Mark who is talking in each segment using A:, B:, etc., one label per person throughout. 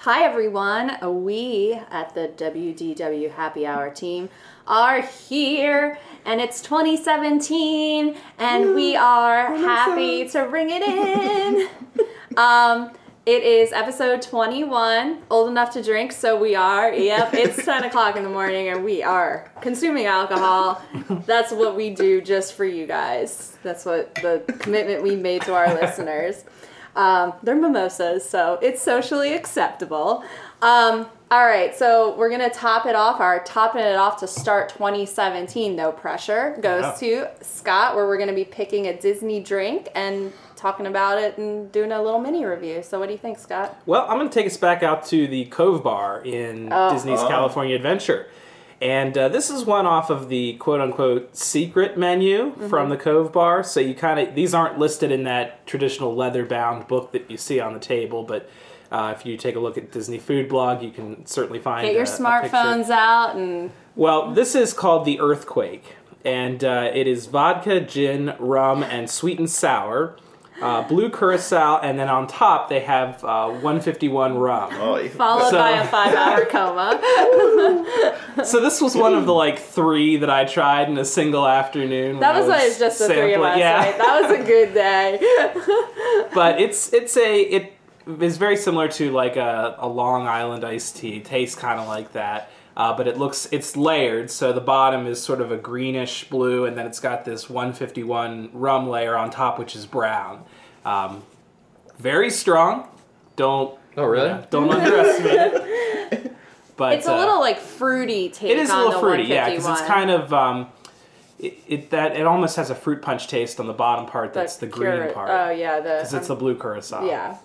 A: Hi, everyone. We at the WDW Happy Hour team are here, and it's 2017, and we are happy to ring it in. um, it is episode 21, old enough to drink, so we are. Yep, it's 10 o'clock in the morning, and we are consuming alcohol. That's what we do just for you guys. That's what the commitment we made to our listeners. Um, they're mimosas, so it's socially acceptable. Um, all right, so we're gonna top it off. Our topping it off to start 2017, no pressure, goes
B: Wow.
A: to Scott, where we're gonna be picking a Disney drink and talking about it and doing a little mini review. So, what do you think, Scott?
B: Well, I'm going to take us back out to the Cove Bar in
A: Oh.
B: Disney's
C: Oh.
B: California Adventure. And uh, this is one off of the quote unquote secret menu
A: Mm-hmm.
B: from the Cove Bar. So you kind of, these aren't listed in that traditional leather bound book that you see on the table, but. Uh, if you take a look at Disney Food Blog, you can certainly find
A: Get your
B: a- a picture.
A: smartphones out and
B: Well, this is called the Earthquake, and uh, it is vodka, gin, rum, and sweet and sour, uh, blue curacao, and then on top they have uh, 151 rum.
C: Oh, you-
A: followed
B: So-
A: by a five-hour coma.
B: So this was one of the like three that I tried in a single afternoon. when
A: That
B: I
A: was why it's just the three of
B: sampling-
A: us.
B: Yeah,
A: Right? That was a good day.
B: but it's it's a it is very similar to like a, a Long Island iced tea. It tastes kind of like that, uh, but it looks it's layered. So the bottom is sort of a greenish blue, and then it's got this 151 rum layer on top, which is brown. Um, very strong. Don't
D: Oh, really?
B: yeah, don't underestimate it. But
A: It's a
B: uh,
A: little like fruity take.
B: it is a
A: on
B: little
A: the
B: fruity, yeah, because
A: 151.
B: it's kind of um, it, it that it almost has a fruit punch taste on the bottom part. That's the, green
A: cure-
B: part.
A: Oh yeah, the
B: Because it's the blue curacao.
A: yeah.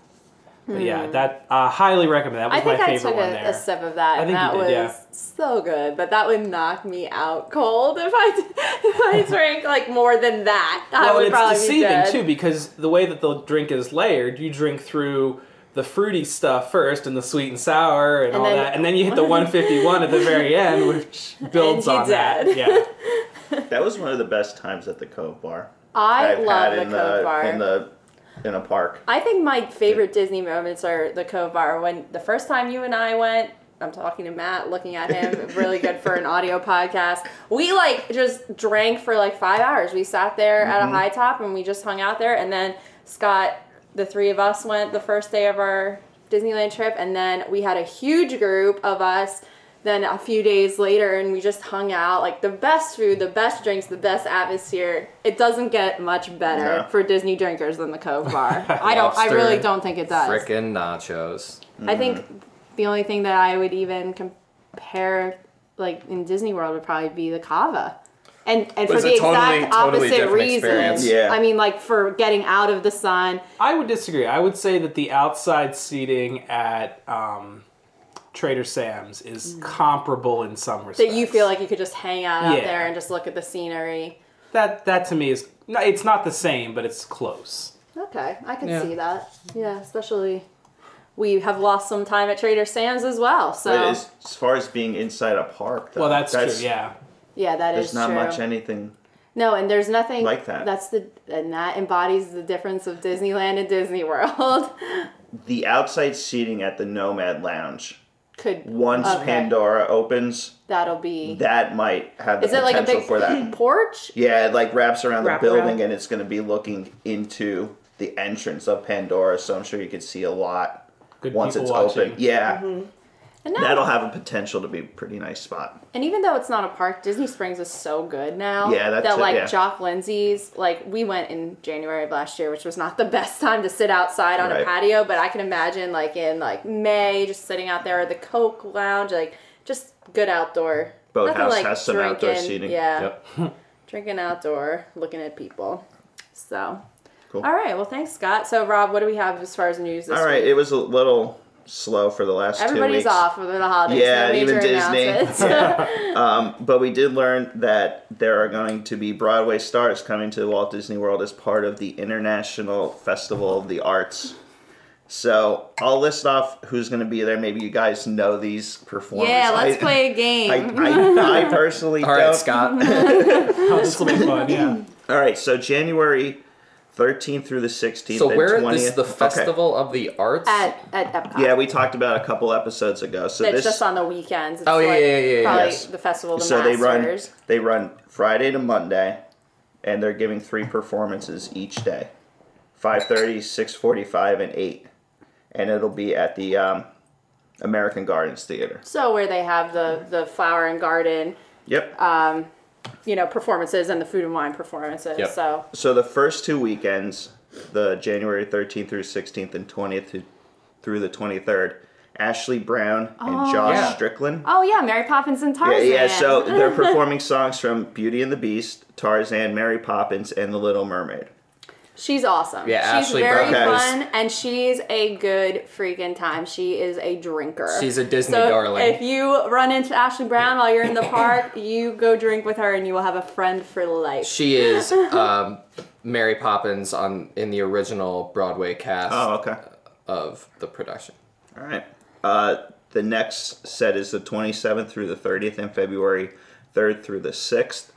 B: But yeah, that I highly recommend. That was
A: Hmm. I think
B: my
A: I
B: favorite
A: took
B: one
A: a,
B: there.
A: a sip of that,
B: I
A: and
B: think
A: that
B: you
A: was
B: did, yeah.
A: so good. But that would knock me out cold if I if I drank like more than that. I
B: well,
A: would
B: it's
A: probably be
B: deceiving
A: dead.
B: too because the way that the drink is layered, you drink through the fruity stuff first and the sweet and sour and,
A: And
B: all
A: then-
B: that, and then you hit the 151 at the very end, which builds
A: you
B: on
A: dead.
B: that. Yeah,
C: that was one of the best times at the Cove Bar.
A: I
C: I've
A: love
C: had
A: the
C: in
A: Cove
C: the,
A: Bar.
C: in the in a park.
A: I think my favorite Disney moments are the Cove Bar. When the first time you and I went, I'm talking to Matt, looking at him, really good for an audio podcast. We like just drank for like five hours. We sat there at a high top and we just hung out there. And then Scott, the three of us went the first day of our Disneyland trip, and then we had a huge group of us. Then a few days later, and we just hung out like the best food, the best drinks, the best atmosphere. It doesn't get much better
C: No.
A: for Disney drinkers than the Cove Bar. I don't. I
D: Lobster.
A: really don't think it does.
D: Frickin' nachos.
A: I think
C: Mm-hmm.
A: the only thing that I would even compare, like in Disney World, would probably be the Cava, and and for
D: it's
A: the
D: a totally-
A: exact
D: totally
A: opposite
D: different
A: reason.
D: experience.
C: Yeah.
A: I mean, like for getting out of the sun.
B: I would disagree. I would say that the outside seating at um, Trader Sam's is comparable in some respects.
A: Mm. That you feel like you could just hang out out
B: Yeah.
A: there and just look at the scenery.
B: that that to me is no, it's not the same, but it's close.
A: Okay, I can
D: Yeah.
A: see that. Yeah, especially we have lost some time at Trader Sam's as well. So
C: But as, as far as being inside a park, though,
B: Well, that's, true. Yeah,
A: yeah, that is
C: There's not
A: true.
C: much anything.
A: No, and there's nothing
C: Like that.
A: That's the and that embodies the difference of Disneyland and Disney World.
C: The outside seating at the Nomad Lounge.
A: Could
C: Once
A: okay,
C: Pandora opens,
A: that'll be
C: that might have the
A: is it
C: potential
A: like a big
C: for that.
A: porch?
C: Yeah, it like wraps around
A: Wrap
C: the building,
A: around.
C: and it's going to be looking into the entrance of Pandora. So I'm sure you could see a lot
B: good
C: once
B: people
C: it's
B: watching.
C: open. Yeah,
A: Mm-hmm. And, that,
C: that'll have a potential to be a pretty nice spot.
A: and even though it's not a park, Disney Springs is so good now.
C: Yeah, that's
A: that
C: it,
A: like
C: yeah.
A: Jock Lindsay's like we went in January of last year, which was not the best time to sit outside on a
C: Right.
A: patio, but I can imagine like in like May, just sitting out there at the Coke Lounge, like just good outdoor.
C: Boathouse
A: nothing like
C: has some outdoor
A: drinking,
C: seating.
A: Yeah.
D: Yep.
A: drinking outdoor, looking at people. So,
C: Cool.
A: all right. Well, thanks, Scott. So, Rob, what do we have as far as news this
C: All right,
A: week?
C: it was a little slow for the last two
A: Everybody's
C: weeks.
A: off for the holidays.
C: Yeah,
A: no major
C: even Disney.
A: announcements.
C: But we did learn that there are going to be Broadway stars coming to Walt Disney World as part of the International Festival of the Arts. So I'll list off who's going to be there. Maybe you guys know these performers.
A: yeah, let's
C: I-
A: play a
C: I,
A: game.
C: I, I personally
D: All
C: don't.
D: right, Scott.
B: Oh, this will be fun. Yeah.
C: All right, so January 13th through the 16th.
D: So
C: and
D: where
C: 20th.
D: this is the
C: Okay.
D: Festival of the Arts?
A: at at Epcot.
C: Yeah, we talked about it a couple episodes ago. So
A: That's
C: this
A: just on the weekends. It's
D: Oh, yeah,
A: like
D: yeah, yeah, yeah,
A: Probably
C: yes.
A: the festival. Of the
C: so they run
A: Masters.
C: they run Friday to Monday, and they're giving three performances each day, 5:30, 6:45, and eight, and it'll be at the um, American Gardens Theater.
A: So where they have the the flower and garden,
C: Yep.
A: you know, performances and the food and wine performances.
D: Yep.
A: So
C: so the first two weekends, the January 13th through 16th and 20th to- through the 23rd, Ashley Brown and Josh
D: Yeah.
C: Strickland.
A: oh yeah, Mary Poppins and
C: Yeah,
A: Tarzan.
C: yeah, so they're performing songs from Beauty and the Beast, Tarzan, Mary Poppins, and The Little Mermaid.
A: She's awesome.
D: Yeah,
A: she's
D: Ashley
A: very
C: Burke is-
A: fun, and she's a good freaking time. She is a drinker.
D: She's a Disney
A: so
D: darling.
A: If you run into Ashley Brown while you're in the park, you go drink with her, and you will have a friend for life.
D: She is um, Mary Poppins on in the original Broadway cast
C: Oh, okay.
D: of the production.
C: All right. Uh, the next set is the 27th through the 30th in February, 3rd through the 6th.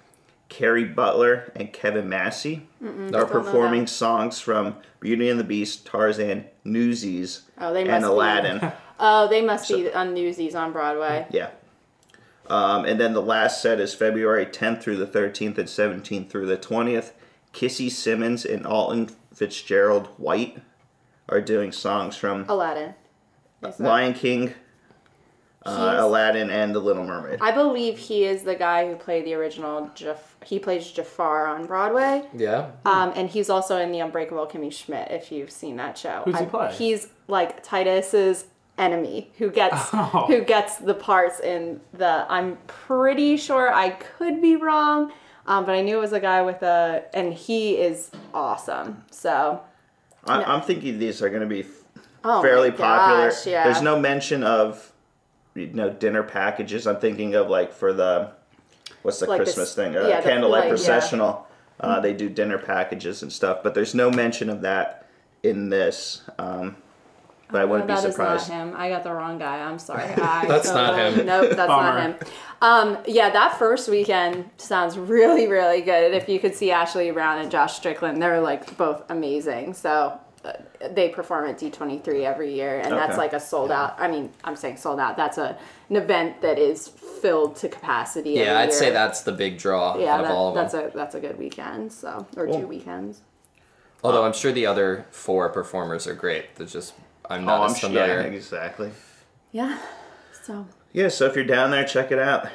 C: Carrie Butler and Kevin Massey are performing songs from Beauty and the Beast, Tarzan, Newsies,
A: Oh, they
C: and
A: must be-
C: Aladdin.
A: oh, they must be on Newsies on Broadway.
C: yeah. Um, and then the last set is February 10th through the 13th and 17th through the 20th. Kissy Simmons and Alton Fitzgerald White are doing songs from
A: Aladdin. Is that-
C: Lion King, uh,
A: He's-
C: Aladdin, and The Little Mermaid.
A: I believe he is the guy who played the original. Jaf- he plays Jafar on Broadway,
D: Yeah.
A: um, and he's also in the Unbreakable Kimmy Schmidt. If you've seen that show,
B: Who's he
A: I-
B: play?
A: He's like Titus's enemy who gets
B: Oh.
A: who gets the parts in the. I'm pretty sure I could be wrong, um, but I knew it was a guy with a, and he is awesome. So
C: I, I'm thinking these are going to be f-
A: Oh
C: fairly
A: my
C: popular.
A: gosh, yeah.
C: There's no mention of you know dinner packages. I'm thinking of like for the what's the
A: Like this-
C: Christmas thing,
A: yeah,
C: uh,
A: the
C: candlelight
A: light, yeah. Mm-hmm.
C: processional. Uh, they do dinner packages and stuff, but there's no mention of that in this. Um, but I wouldn't
A: No,
C: be
A: Oh, that is
C: surprised.
A: not him. I got the wrong guy. I'm sorry. I
D: That's not
A: totally-
D: him.
A: Nope, that's
B: Bummer.
A: not him. Um, yeah, that first weekend sounds really, really good. If you could see Ashley Brown and Josh Strickland, they're like both amazing. So uh, they perform at D23 every year, and that's
C: Okay.
A: like a sold out. I mean, I'm saying sold out. That's a, an event that is filled to capacity. every
D: Yeah, I'd say
A: year.
D: that's the big draw
A: Yeah,
D: out of
A: that-
D: all of them.
A: that's a that's a good weekend. So or two weekends.
D: Although I'm sure the other four performers are great. They're just I'm
C: Oh,
D: not
C: I'm
D: as
C: sure.
D: familiar.
C: Yeah, exactly.
A: Yeah. So
C: Yeah, so if you're down there, check it out.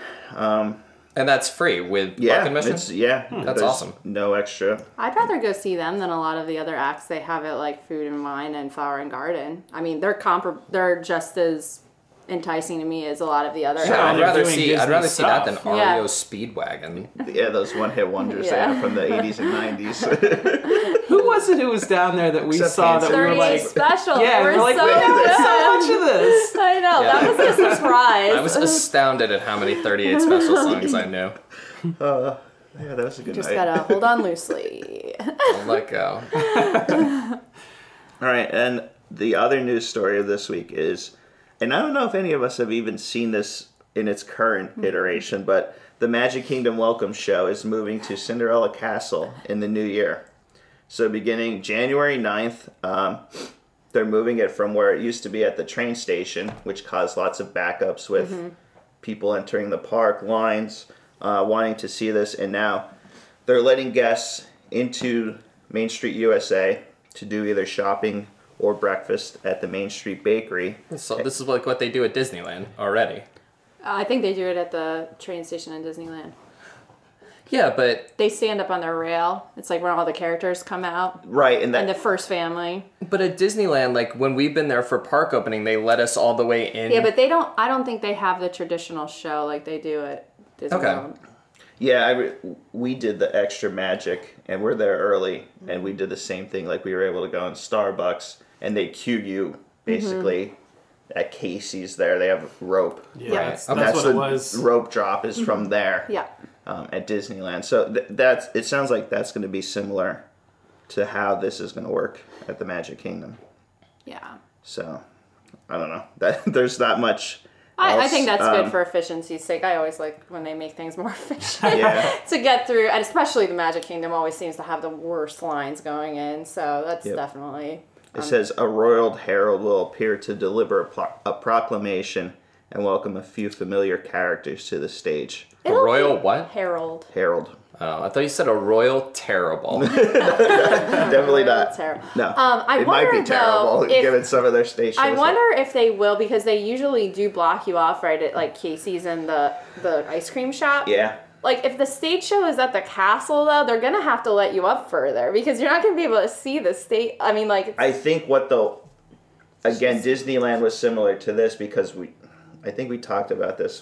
D: And that's free with
C: Yeah,
D: Buck and Mission? Hmm.
C: it's- yeah,
D: That's
C: there's
D: awesome.
C: No extra.
A: I'd rather go see them than a lot of the other acts they have at like Food and Wine and Flower and Garden. I mean, they're compar- they're just as enticing to me as a lot of the other. acts.
D: No, I'd
B: they're
D: rather
B: doing
D: see I'd
B: Disney
D: rather see that than
B: stuff.
D: REO
A: Yeah.
D: Speedwagon.
C: Yeah, those one-hit wonders they
A: Yeah.
C: have from the 80s and 90s.
B: Who was it who was down there that we
C: Except
B: saw that we
A: Thirty
B: were
A: Eight
B: like,
A: special.
B: yeah,
A: they
B: we
A: were
B: we're like,
A: so
B: we know
A: good.
B: there's so much of this.
A: I know
D: Yeah.
A: that was a surprise.
D: I was astounded at how many 38 special songs I knew.
C: yeah, that was a good
A: just
C: night.
A: gotta hold on loosely.
D: I'll let go.
C: All right, and the other news story of this week is, and I don't know if any of us have even seen this in its current iteration, but the Magic Kingdom Welcome Show is moving to Cinderella Castle in the new year. So beginning January 9th, um, they're moving it from where it used to be at the train station, which caused lots of backups with people entering the park, lines, uh, wanting to see this, and now they're letting guests into Main Street USA to do either shopping or breakfast at the Main Street Bakery.
D: So this is like what they do at Disneyland already.
A: I think they do it at the train station in Disneyland.
D: Yeah, but
A: They stand up on their rail. It's like when all the characters come out
C: Right, and that
A: and the first family.
D: but at Disneyland, like when we've been there for park opening, they let us all the way in.
A: Yeah, but they don't. I don't think they have the traditional show like they do at Disney
D: Okay.
A: World.
C: yeah, I re- we did the extra magic, and we're there early, and we did the same thing. Like we were able to go in Starbucks, and they queue you
A: Mm-hmm.
C: basically at Casey's. There, they have rope.
B: Yeah,
A: Right.
B: that's,
D: Okay.
B: that's what
C: the
B: it was.
C: rope drop is from there.
A: Mm-hmm. Yeah.
C: um, at Disneyland. So th- that's it sounds like that's going to be similar to how this is going to work at the Magic Kingdom.
A: Yeah.
C: So I don't know. That there's not much
A: I, I think
C: Else,
A: that's good
C: um,
A: for efficiency's sake. I always like when they make things more efficient
C: Yeah.
A: to get through, and especially the Magic Kingdom always seems to have the worst lines going in. So that's
C: Yep.
A: definitely
C: It says a royal herald will appear to deliver a, pro- a proclamation and welcome a few familiar characters to the stage.
D: A
A: It'll
D: royal
A: be
D: what?
A: Herald.
C: Herald,
D: Oh, I thought you said a royal terrible.
C: definitely not.
A: Oh, Terrible.
C: No,
A: Um, I
C: it might be
A: wonder,
C: terrible
A: though, if-
C: given some of their stations.
A: I wonder if they will because they usually do block you off right at like Casey's and the the ice cream shop.
C: Yeah,
A: Like if the stage show is at the castle though, they're gonna have to let you up further because you're not gonna be able to see the state. I mean, like
C: I think what the again Disneyland was similar to this because we, I think we talked about this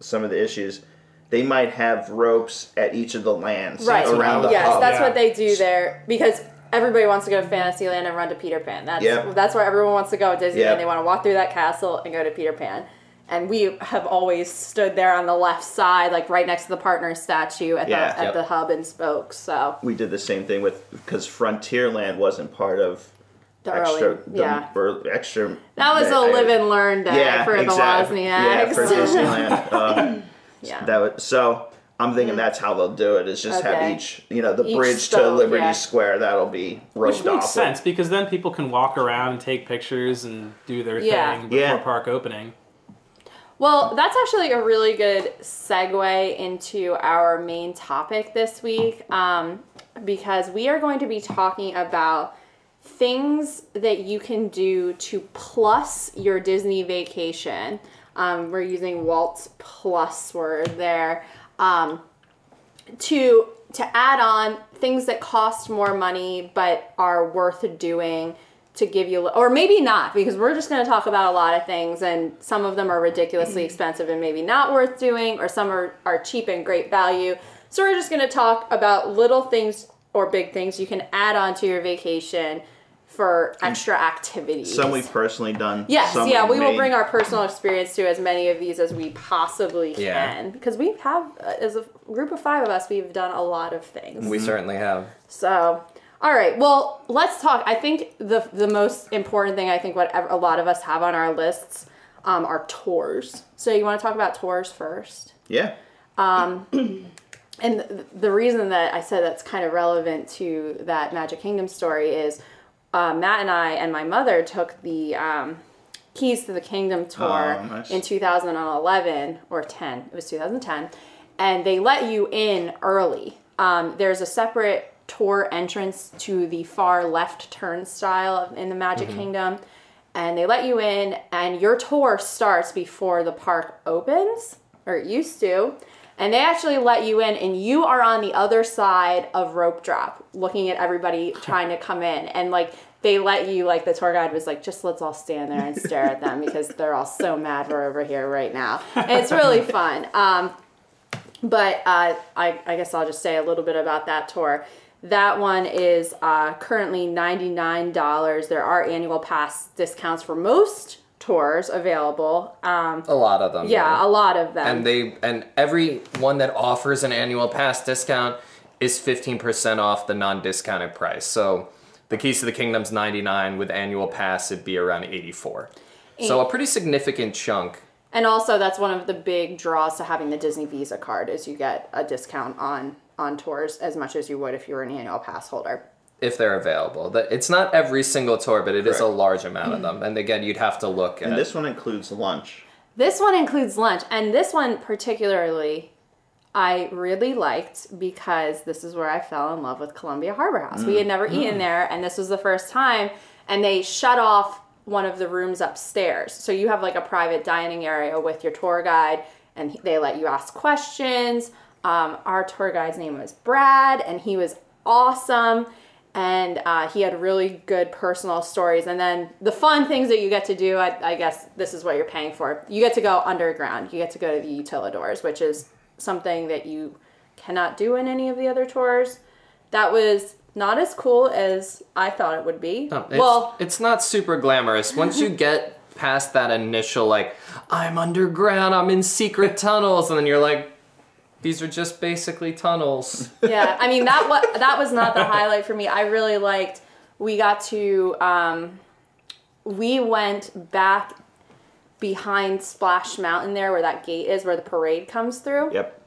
C: some of the issues. They might have ropes at each of the lands
A: right
C: around the
A: yes
C: hub.
A: that's
B: yeah.
A: what they do there because everybody wants to go to fantasyland and run to peter pan that's
C: Yep.
A: that's where everyone wants to go at disneyland
C: Yep.
A: they want to walk through that castle and go to peter pan and we have always stood there on the left side like right next to the partner statue at,
C: Yeah.
A: the, at
D: Yep.
A: the hub and spoke so
C: We did the same thing with because Frontierland wasn't part of
A: the
C: extra
A: early
C: the
A: yeah
C: bur- extra
A: that was a
C: I-
A: live and learn day
C: yeah,
A: for
C: exactly.
A: the
C: yeah
A: Wozniaks.
C: for Disneyland um,
A: Yeah. Mm-hmm.
C: that was so I'm thinking that's how they'll do it is just
A: Okay.
C: have each you know the
A: Each
C: bridge to
A: stone,
C: Liberty
A: yeah.
C: Square that'll be roped
B: Which
C: off
B: makes sense because then people can walk around and take pictures and do their
A: Yeah.
B: thing before
C: Yeah.
B: park opening.
A: Well, that's actually a really good segue into our main topic this week um, because we are going to be talking about things that you can do to plus your Disney vacation. Um, we're using Walt's plus word there um, to to add on things that cost more money but are worth doing to give you or maybe not because we're just going to talk about a lot of things and some of them are ridiculously expensive and maybe not worth doing or some are, are cheap and great value so we're just going to talk about little things or big things you can add on to your vacation for extra activities
C: some we've personally done
A: Yes,
C: some
A: yeah, we
C: we've
A: will
C: made.
A: bring our personal experience to as many of these as we possibly can
D: Yeah.
A: because we have, uh, as a group of five of us, we've done a lot of things.
D: we certainly have.
A: so, all right, well, let's talk. I think the the most important thing I think what ev- a lot of us have on our lists um, are tours. So you want to talk about tours first?
C: yeah
A: And th- the reason that I said that's kind of relevant to that Magic Kingdom story is uh, Matt and I and my mother took the um, Keys to the Kingdom tour
C: Oh, nice.
A: in 2011 or 10. It was 2010. And they let you in early. Um, there's a separate tour entrance to the far left turnstile in the Magic
C: Mm-hmm.
A: Kingdom. And they let you in, and your tour starts before the park opens, or it used to. And they actually let you in, and you are on the other side of rope drop, looking at everybody trying to come in. And like they let you, like the tour guide was like, just let's all stand there and stare at them because they're all so mad we're over here right now. And it's really fun. Um, but uh, I, I guess I'll just say a little bit about that tour. That one is uh, currently $99. There are annual pass discounts for most tours available. Um,
D: A lot of them.
A: yeah, a lot of them.
D: And they and every one that offers an annual pass discount is 15% off the non-discounted price. So the keys to the kingdom's 99 with annual pass it'd be around 84. So a pretty significant chunk.
A: And also, that's one of the big draws to having the Disney Visa card is you get a discount on on tours as much as you would if you were an annual pass holder.
D: If they're available, that it's not every single tour, but it is a
C: Correct.
D: large amount of them. And again, you'd have to look at
C: and this one includes lunch
A: This one includes lunch, and this one particularly I really liked because this is where I fell in love with Columbia Harbor House. We had never eaten there, and this was the first time, and they shut off one of the rooms upstairs. So you have like a private dining area with your tour guide, and he- they let you ask questions. Um, our tour guide's name was Brad, and he was awesome and uh, he had really good personal stories. And then the fun things that you get to do, I, I guess this is what you're paying for. You get to go underground. You get to go to the utilidors, which is something that you cannot do in any of the other tours. That was not as cool as I thought it would be.
D: No, Oh, it's,
A: well,
D: it's not super glamorous. Once you get past that initial, like, I'm underground, I'm in secret tunnels, and then you're like, these are just basically tunnels.
A: yeah, I mean that was that was not the highlight for me. I really liked. We got to um, we went back behind Splash Mountain there, where that gate is, where the parade comes through.
C: Yep.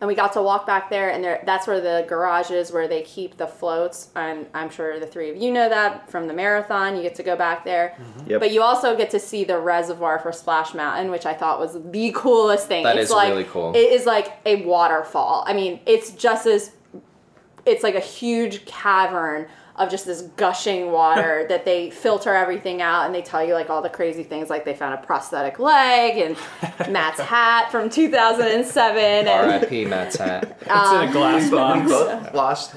A: And we got to walk back there, and there, that's where the garage is, where they keep the floats. And I'm sure the three of you know that from the marathon. You get to go back there,
C: Yep.
A: but you also get to see the reservoir for Splash Mountain, which I thought was the coolest thing.
D: That
A: it's
D: is
A: like,
D: really cool.
A: It is like a waterfall. I mean, it's just as it's like a huge cavern of just this gushing water that they filter everything out and they tell you like all the crazy things like they found a prosthetic leg and Matt's hat from 2007 and
D: R.I.P. Matt's hat.
B: It's in a glass
C: we
B: box.
C: both lost.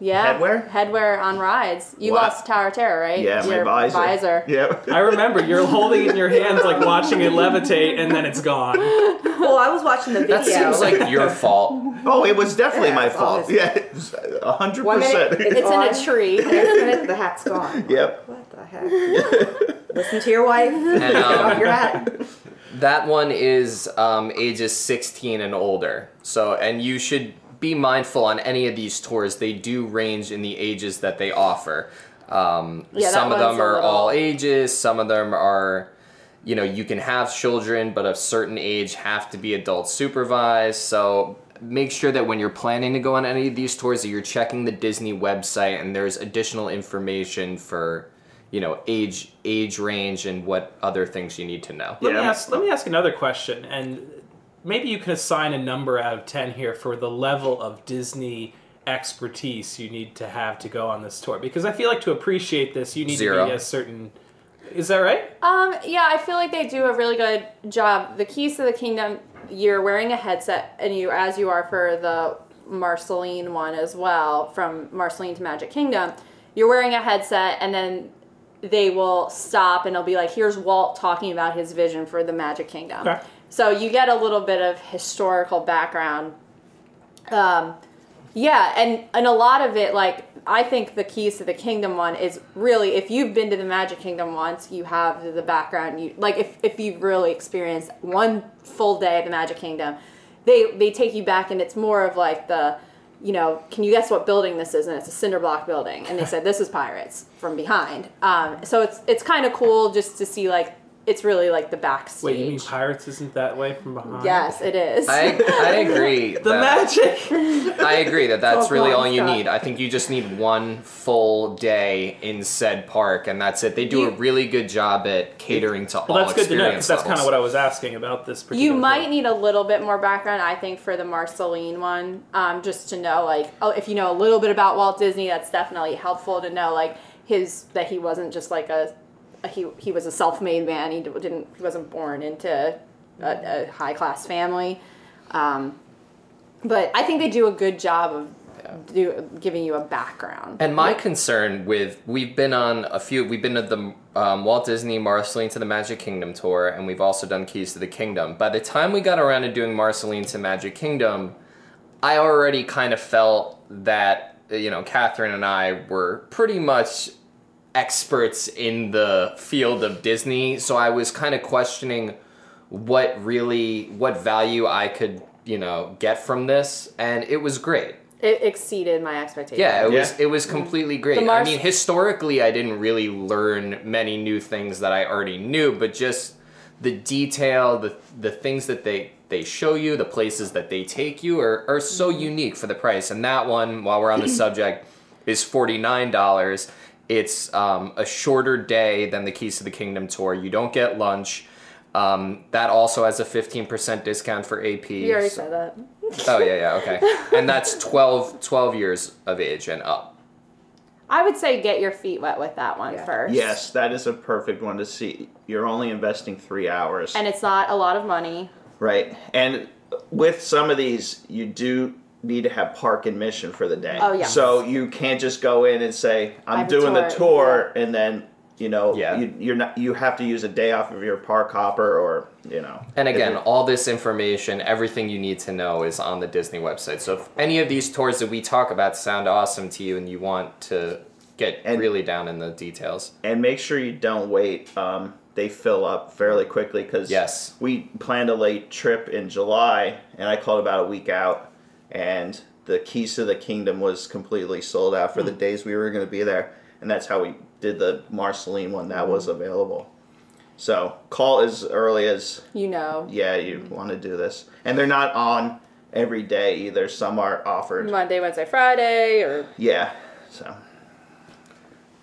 A: yeah
C: Headwear?
A: headwear on rides you
C: Wow.
A: lost Tower of Terror right
C: Yeah,
A: Your
C: my visor.
A: visor.
C: Yep.
B: I remember you're holding it in your hands, like watching it levitate, and then it's gone.
E: Well, I was watching the video.
D: That seems like your fault.
C: Oh, it was definitely
E: Yeah,
C: my
E: it's
C: fault.
E: obviously-
C: Yeah, it's a hundred
E: One minute,
C: percent.
A: it's in
E: Gone.
A: a tree
E: Next minute, the hat's gone.
C: Yep.
E: What the heck? Listen to your wife.
D: And, um,
E: Your hat.
D: That one is um, ages 16 and older. So, and you should be mindful on any of these tours. They do range in the ages that they offer. Um,
A: Yeah, that
D: some of them
A: one's a
D: are
A: little-
D: all ages. Some of them are, you know, you can have children, but of certain age have to be adult supervised. So make sure that when you're planning to go on any of these tours that you're checking the Disney website and there's additional information for, you know, age age range and what other things you need to know.
B: Let, me
C: Yeah.
B: ask, let me ask another question, and maybe you can assign a number out of 10 here for the level of Disney expertise you need to have to go on this tour. Because I feel like to appreciate this, you need
D: Zero.
B: to be a certain. Is that right?
A: Um, yeah, I feel like they do a really good job. The Keys to the Kingdom, you're wearing a headset, and you, as you are for the Marceline one as well, from Marceline to Magic Kingdom, you're wearing a headset, and then they will stop and they'll be like, here's Walt talking about his vision for the Magic Kingdom.
B: Okay.
A: So you get a little bit of historical background. Um, yeah, and and a lot of it, like I think the keys to the kingdom one is really if you've been to the Magic Kingdom once, you have the background. You like if if you've really experienced one full day at the Magic Kingdom, they they take you back, and it's more of like the. You know, can you guess what building this is? And it's a cinder block building. And they said this is pirates from behind. Um, so it's it's kind of cool just to see like it's really like the backstage.
B: Wait, you mean Pirates isn't that way from behind?
A: Yes, it is.
D: I, I agree.
B: The
D: that,
B: magic!
D: I agree that that's
A: Oh,
D: really all
A: God,
D: you
A: stop.
D: need. I think you just need one full day in said park, and that's it. They do a
A: You-
D: really good job at catering to all
B: Well, that's good to know, because
D: experience
B: that's kind
D: levels.
B: of what I was asking about this particular.
A: you might
B: tour.
A: need a little bit more background, I think, for the Marceline one, um, just to know, like, oh, if you know a little bit about Walt Disney, that's definitely helpful to know, like, his that he wasn't just like a, a he he was a self-made man. He didn't he wasn't born into a, a high-class family, um, but I think they do a good job of do, giving you a background.
D: And my concern with we've been on a few. We've been to the um, Walt Disney Marceline to the Magic Kingdom tour, and we've also done Keys to the Kingdom. By the time we got around to doing Marceline to Magic Kingdom, I already kind of felt that you know Catherine and I were pretty much experts in the field of Disney, so I was kind of questioning what really what value I could you know get from this, and it was great.
A: It exceeded my expectations.
D: Yeah, it was
C: Yeah.
D: it was completely great.
A: The Mars-
D: I mean, historically, I didn't really learn many new things that I already knew, but just the detail, the the things that they they show you, the places that they take you are are so
A: Mm-hmm.
D: unique for the price. And that one, while we're on the subject, is forty nine dollars. It's um, a shorter day than the Keys to the Kingdom tour. You don't get lunch. Um, that also has a fifteen percent discount for AP.
A: you already
D: so-
A: said that.
D: Oh yeah, yeah, okay. And that's 12, 12 years of age and up.
A: I would say get your feet wet with that one
E: Yeah.
A: first.
C: Yes, that is a perfect one to see. You're only investing three hours,
A: And it's not a lot of money.
C: right? And with some of these, you do need to have park admission for the day.
A: Oh, yeah.
C: So you can't just go in and say, "I'm
A: have a
C: doing the
A: tour,"
C: tour," and then you know,
D: Yeah.
C: you, you're not. You have to use a day off of your park hopper, or you know.
D: And again, all this information, everything you need to know is on the Disney website. So if any of these tours that we talk about sound awesome to you and you want to get
C: And-
D: really down in the details.
C: and make sure you don't wait. Um, they fill up fairly quickly because
D: Yes.
C: we planned a late trip in July, and I called about a week out, and the Keys to the Kingdom was completely sold out for the days we were going to be there, and that's how we did the Marceline one that was available. So call as early as
A: You know,
C: yeah you want to do this, and they're not on every day either. Some are offered.
A: Monday, Wednesday, Friday, or
C: Yeah, so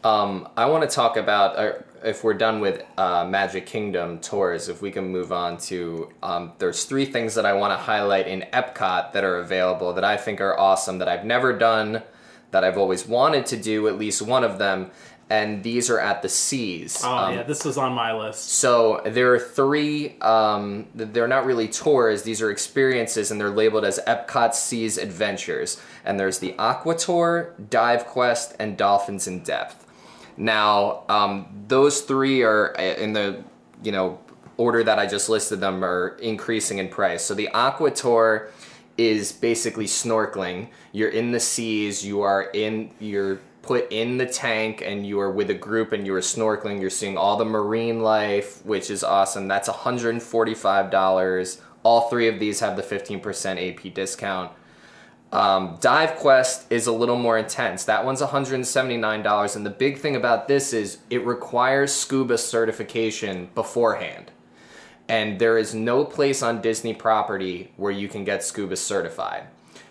D: Um, I want to talk about uh, if we're done with uh, Magic Kingdom tours, if we can move on to um, there's three things that I want to highlight in Epcot that are available that I think are awesome that I've never done, that I've always wanted to do at least one of them, and these are at the seas.
B: Oh
D: Um,
B: yeah, this was on my list.
D: so there are three. Um, th- they're not really tours; these are experiences, and they're labeled as Epcot Seas Adventures. And there's the Aqua Tour, Dive Quest, and Dolphins in Depth. Now, um, those three are uh, in the you know order that I just listed them are increasing in price. So the Aqua Tour is basically snorkeling. You're in the seas. You are in. You're put in the tank, and you are with a group, and you are snorkeling. You're seeing all the marine life, which is awesome. That's 145 dollars. All three of these have the 15% AP discount. Um, Dive Quest is a little more intense. That one's $179. And the big thing about this is it requires scuba certification beforehand. And there is no place on Disney property where you can get scuba certified.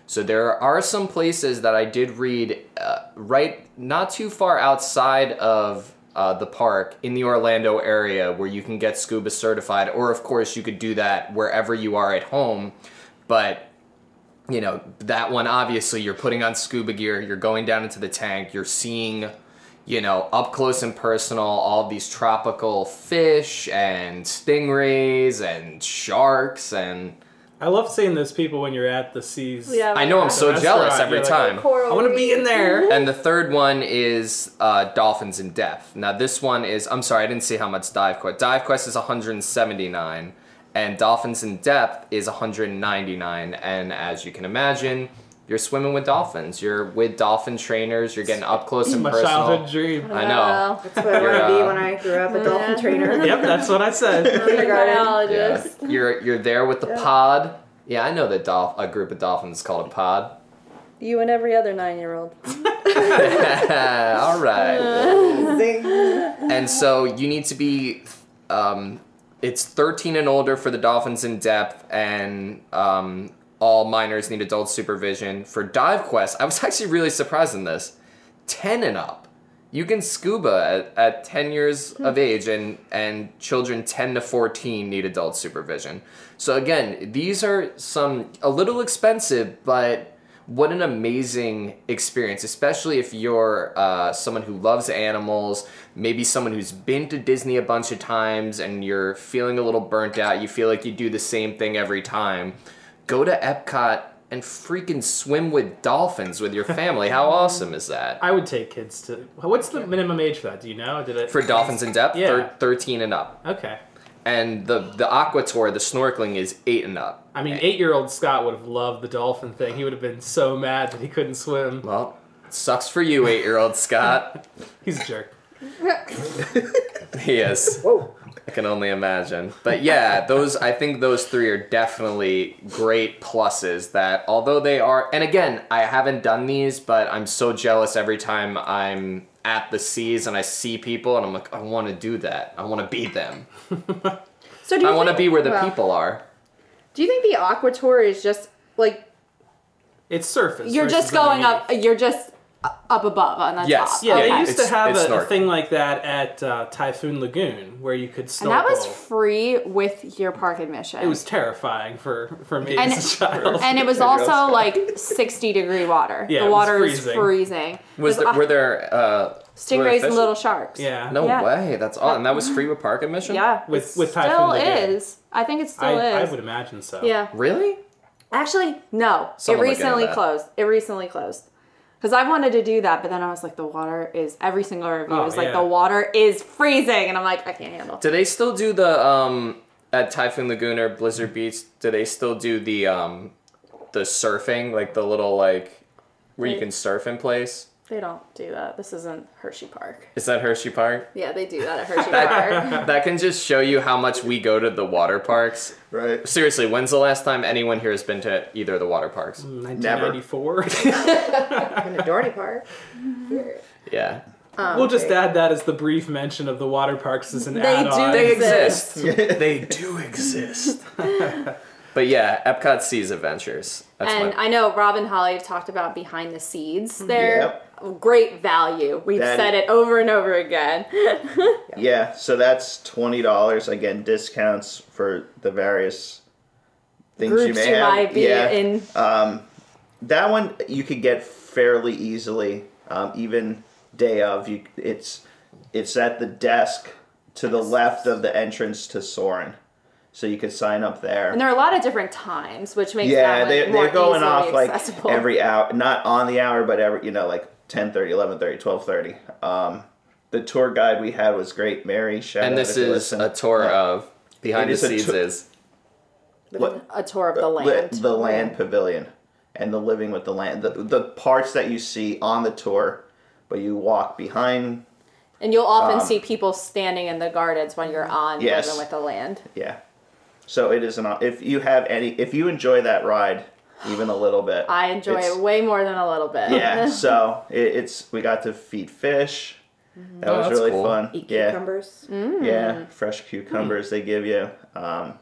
D: So there are some places that I did read uh, right not too far outside of uh, the park in the Orlando area where you can get scuba certified, or of course, you could do that wherever you are at home. But you know that one obviously you're putting on scuba gear you're going down into the tank you're seeing you know up close and personal all these tropical fish and stingrays and sharks and
B: I love seeing those people when you're at the seas.
A: Yeah.
D: i know i'm so
B: That's
D: jealous
B: right,
D: every
B: you're like,
D: time
E: Coral
B: I want to be in there.
D: and the third one is uh, dolphins in depth now this one is i'm sorry i didn't see how much dive quest dive quest is 179 and dolphins in depth is 199 and as you can imagine you're swimming with dolphins you're with dolphin trainers you're getting up close and
B: My
D: personal
B: childhood dream.
D: i know
A: Well,
E: That's what I
D: You're,
E: want to
D: uh,
E: be when I grew up, a dolphin trainer.
B: Yep, that's what I said.
E: Kindergarten.
D: yeah.
A: biologist.
D: you're you're there with the pod yeah i know that dolph- a group of dolphins is called a pod
A: You and every other nine-year-old.
D: all right
E: Zing.
D: and so you need to be um, it's 13 and older for the dolphins in depth and um, all minors need adult supervision for dive quest i was actually really surprised in this 10 and up you can scuba at, at 10 years of age and and children 10 to 14 need adult supervision so again these are some a little expensive but what an amazing experience especially if you're uh, someone who loves animals maybe someone who's been to disney a bunch of times and you're feeling a little burnt out you feel like you do the same thing every time go to epcot and freaking swim with dolphins with your family how awesome is that
B: I would take kids to. What's the minimum age for that? Do you know? Did it
D: for dolphins in depth
B: Yeah.
D: thir- 13 and up
B: Okay.
D: and the the aqua tour the snorkeling is 8 and up
B: I mean, eight-year-old Scott would have loved the dolphin thing. He would have been so mad that he couldn't swim.
D: well sucks for you 8 year old scott
B: He's a jerk.
D: he is
E: Whoa.
D: i can only imagine but yeah those i think those three are definitely great pluses that although they are and again i haven't done these but i'm so jealous every time i'm at the seas and i see people and i'm like i want to do that i want to be them
A: So do
D: i want to
A: think-
D: be where the
A: well,
D: people are
E: Do you think the aqua tour is just like
B: It's surface.
A: You're
B: versus
A: just going
B: underneath.
A: up. You're just up above on the
D: Yes.
A: top.
B: Yeah,
A: Okay.
B: they used to
D: It's-
B: have a,
D: it's
B: a
D: snorkeling.
B: thing like that at uh, Typhoon Lagoon where you could
A: and
B: snorkel.
A: that was free with your park admission.
B: it was terrifying for, for me
A: And-
B: as a child.
A: and it was also like 60 degree water.
B: Yeah, it
A: the
B: was
A: water is
B: freezing.
A: freezing.
D: was
A: It
D: there,
A: uh,
D: were there uh were there
A: stingrays and
D: fish?
A: little sharks?
B: yeah.
D: No
A: Yeah.
D: way. That's all. And that was free with park admission?
A: yeah.
B: With-
A: it
B: with
A: still
B: Typhoon Lagoon.
A: is. I think it still
B: I, I
A: is.
B: would imagine so.
A: yeah.
D: Really?
A: Actually, no. it
D: Someone look into
A: recently
D: that.
A: closed. It recently closed. Because I wanted to do that, but then I was like, the water is every single review
B: Oh,
A: is like
B: yeah.
A: the water is freezing, and I'm like, I can't handle.
D: Do they still do the um at Typhoon Lagoon or Blizzard Beach, do they still do the um the surfing, like the little like where you can surf in place?
A: They don't do that. This isn't Hershey Park.
D: Is that Hershey Park?
A: Yeah, they do that at Hershey Park.
D: That can just show you how much we go to the water parks.
C: right.
D: Seriously, when's the last time anyone here has been to either of the water parks?
B: 1994.
A: Mm-hmm.
E: in the Dorney Park?
D: Yeah.
E: Um,
B: We'll just
E: okay.
B: add that as the brief mention of the water parks as an
A: Oh, They
B: add-on.
A: do.
D: They
A: Exist.
D: exist. they do exist. but yeah, Epcot Seas Adventures. That's
A: and
D: my,
A: I know Rob and Holly have talked about behind the seeds. They're
C: Yep.
A: great value. We've
C: That-
A: said it over and over again.
C: Yeah, so that's twenty dollars again, discounts for the various things you
A: Groups
C: may
A: you
C: have.
A: might be
C: yeah,
A: in.
C: that one you could get fairly easily, um, even day of. You, it's it's at the desk to the left of the entrance to Soren, so you could sign up there.
A: and there are a lot of different times, which makes that
C: yeah,
A: one
C: they,
A: more
C: they're going
A: easily
C: off like
A: accessible.
C: every hour, not on the hour, but every you know like 10.30, 11.30, 12.30. Um, the tour guide we had was great, Mary. Shout
D: and
C: out
D: this
C: if you
D: is
C: listen.
D: a tour of Behind the
C: It is a
D: Seas
C: tou-
D: is.
C: What-
A: a tour of the
C: Uh, Li-
A: land.
C: the land pavilion and the living with the land the, the parts that you see on the tour but you walk behind
A: and you'll often see people standing in the gardens when you're on
C: Um, Yes.
A: Living with the Land.
C: yeah so it is an op- if you have any if you enjoy that ride even a little bit
A: I enjoy
C: it's-
A: it way more than a little bit.
C: yeah so it, it's we got to feed fish
A: Mm-hmm.
C: that
D: Oh,
C: was
D: that's
C: really
D: cool.
C: fun
E: Eat
C: yeah
E: cucumbers.
A: Mm.
C: yeah fresh cucumbers they give you um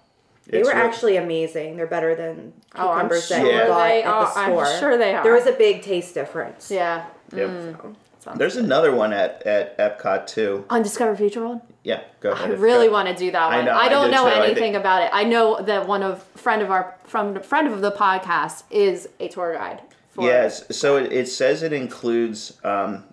E: They
C: it's
E: were
C: re-
E: actually amazing. They're better than
A: Oh, I'm
E: cucumbers that
A: sure
E: you bought
A: they
E: at the
A: are. I'm
E: store.
A: sure they are.
E: There was a big taste difference.
A: Yeah.
C: yep.
A: mm, Sounds
C: there's another one at at epcot too
A: Undiscovered Future World?
C: yeah go
A: I
C: ahead
A: really
C: Go-
A: want to do that one. I,
C: know, I
A: don't
C: do
A: know
C: too. I
A: anything
C: think-
A: about it. I know that one of friend of our from friend of the podcast is a tour guide. For
C: Yes, so it, it says it includes um,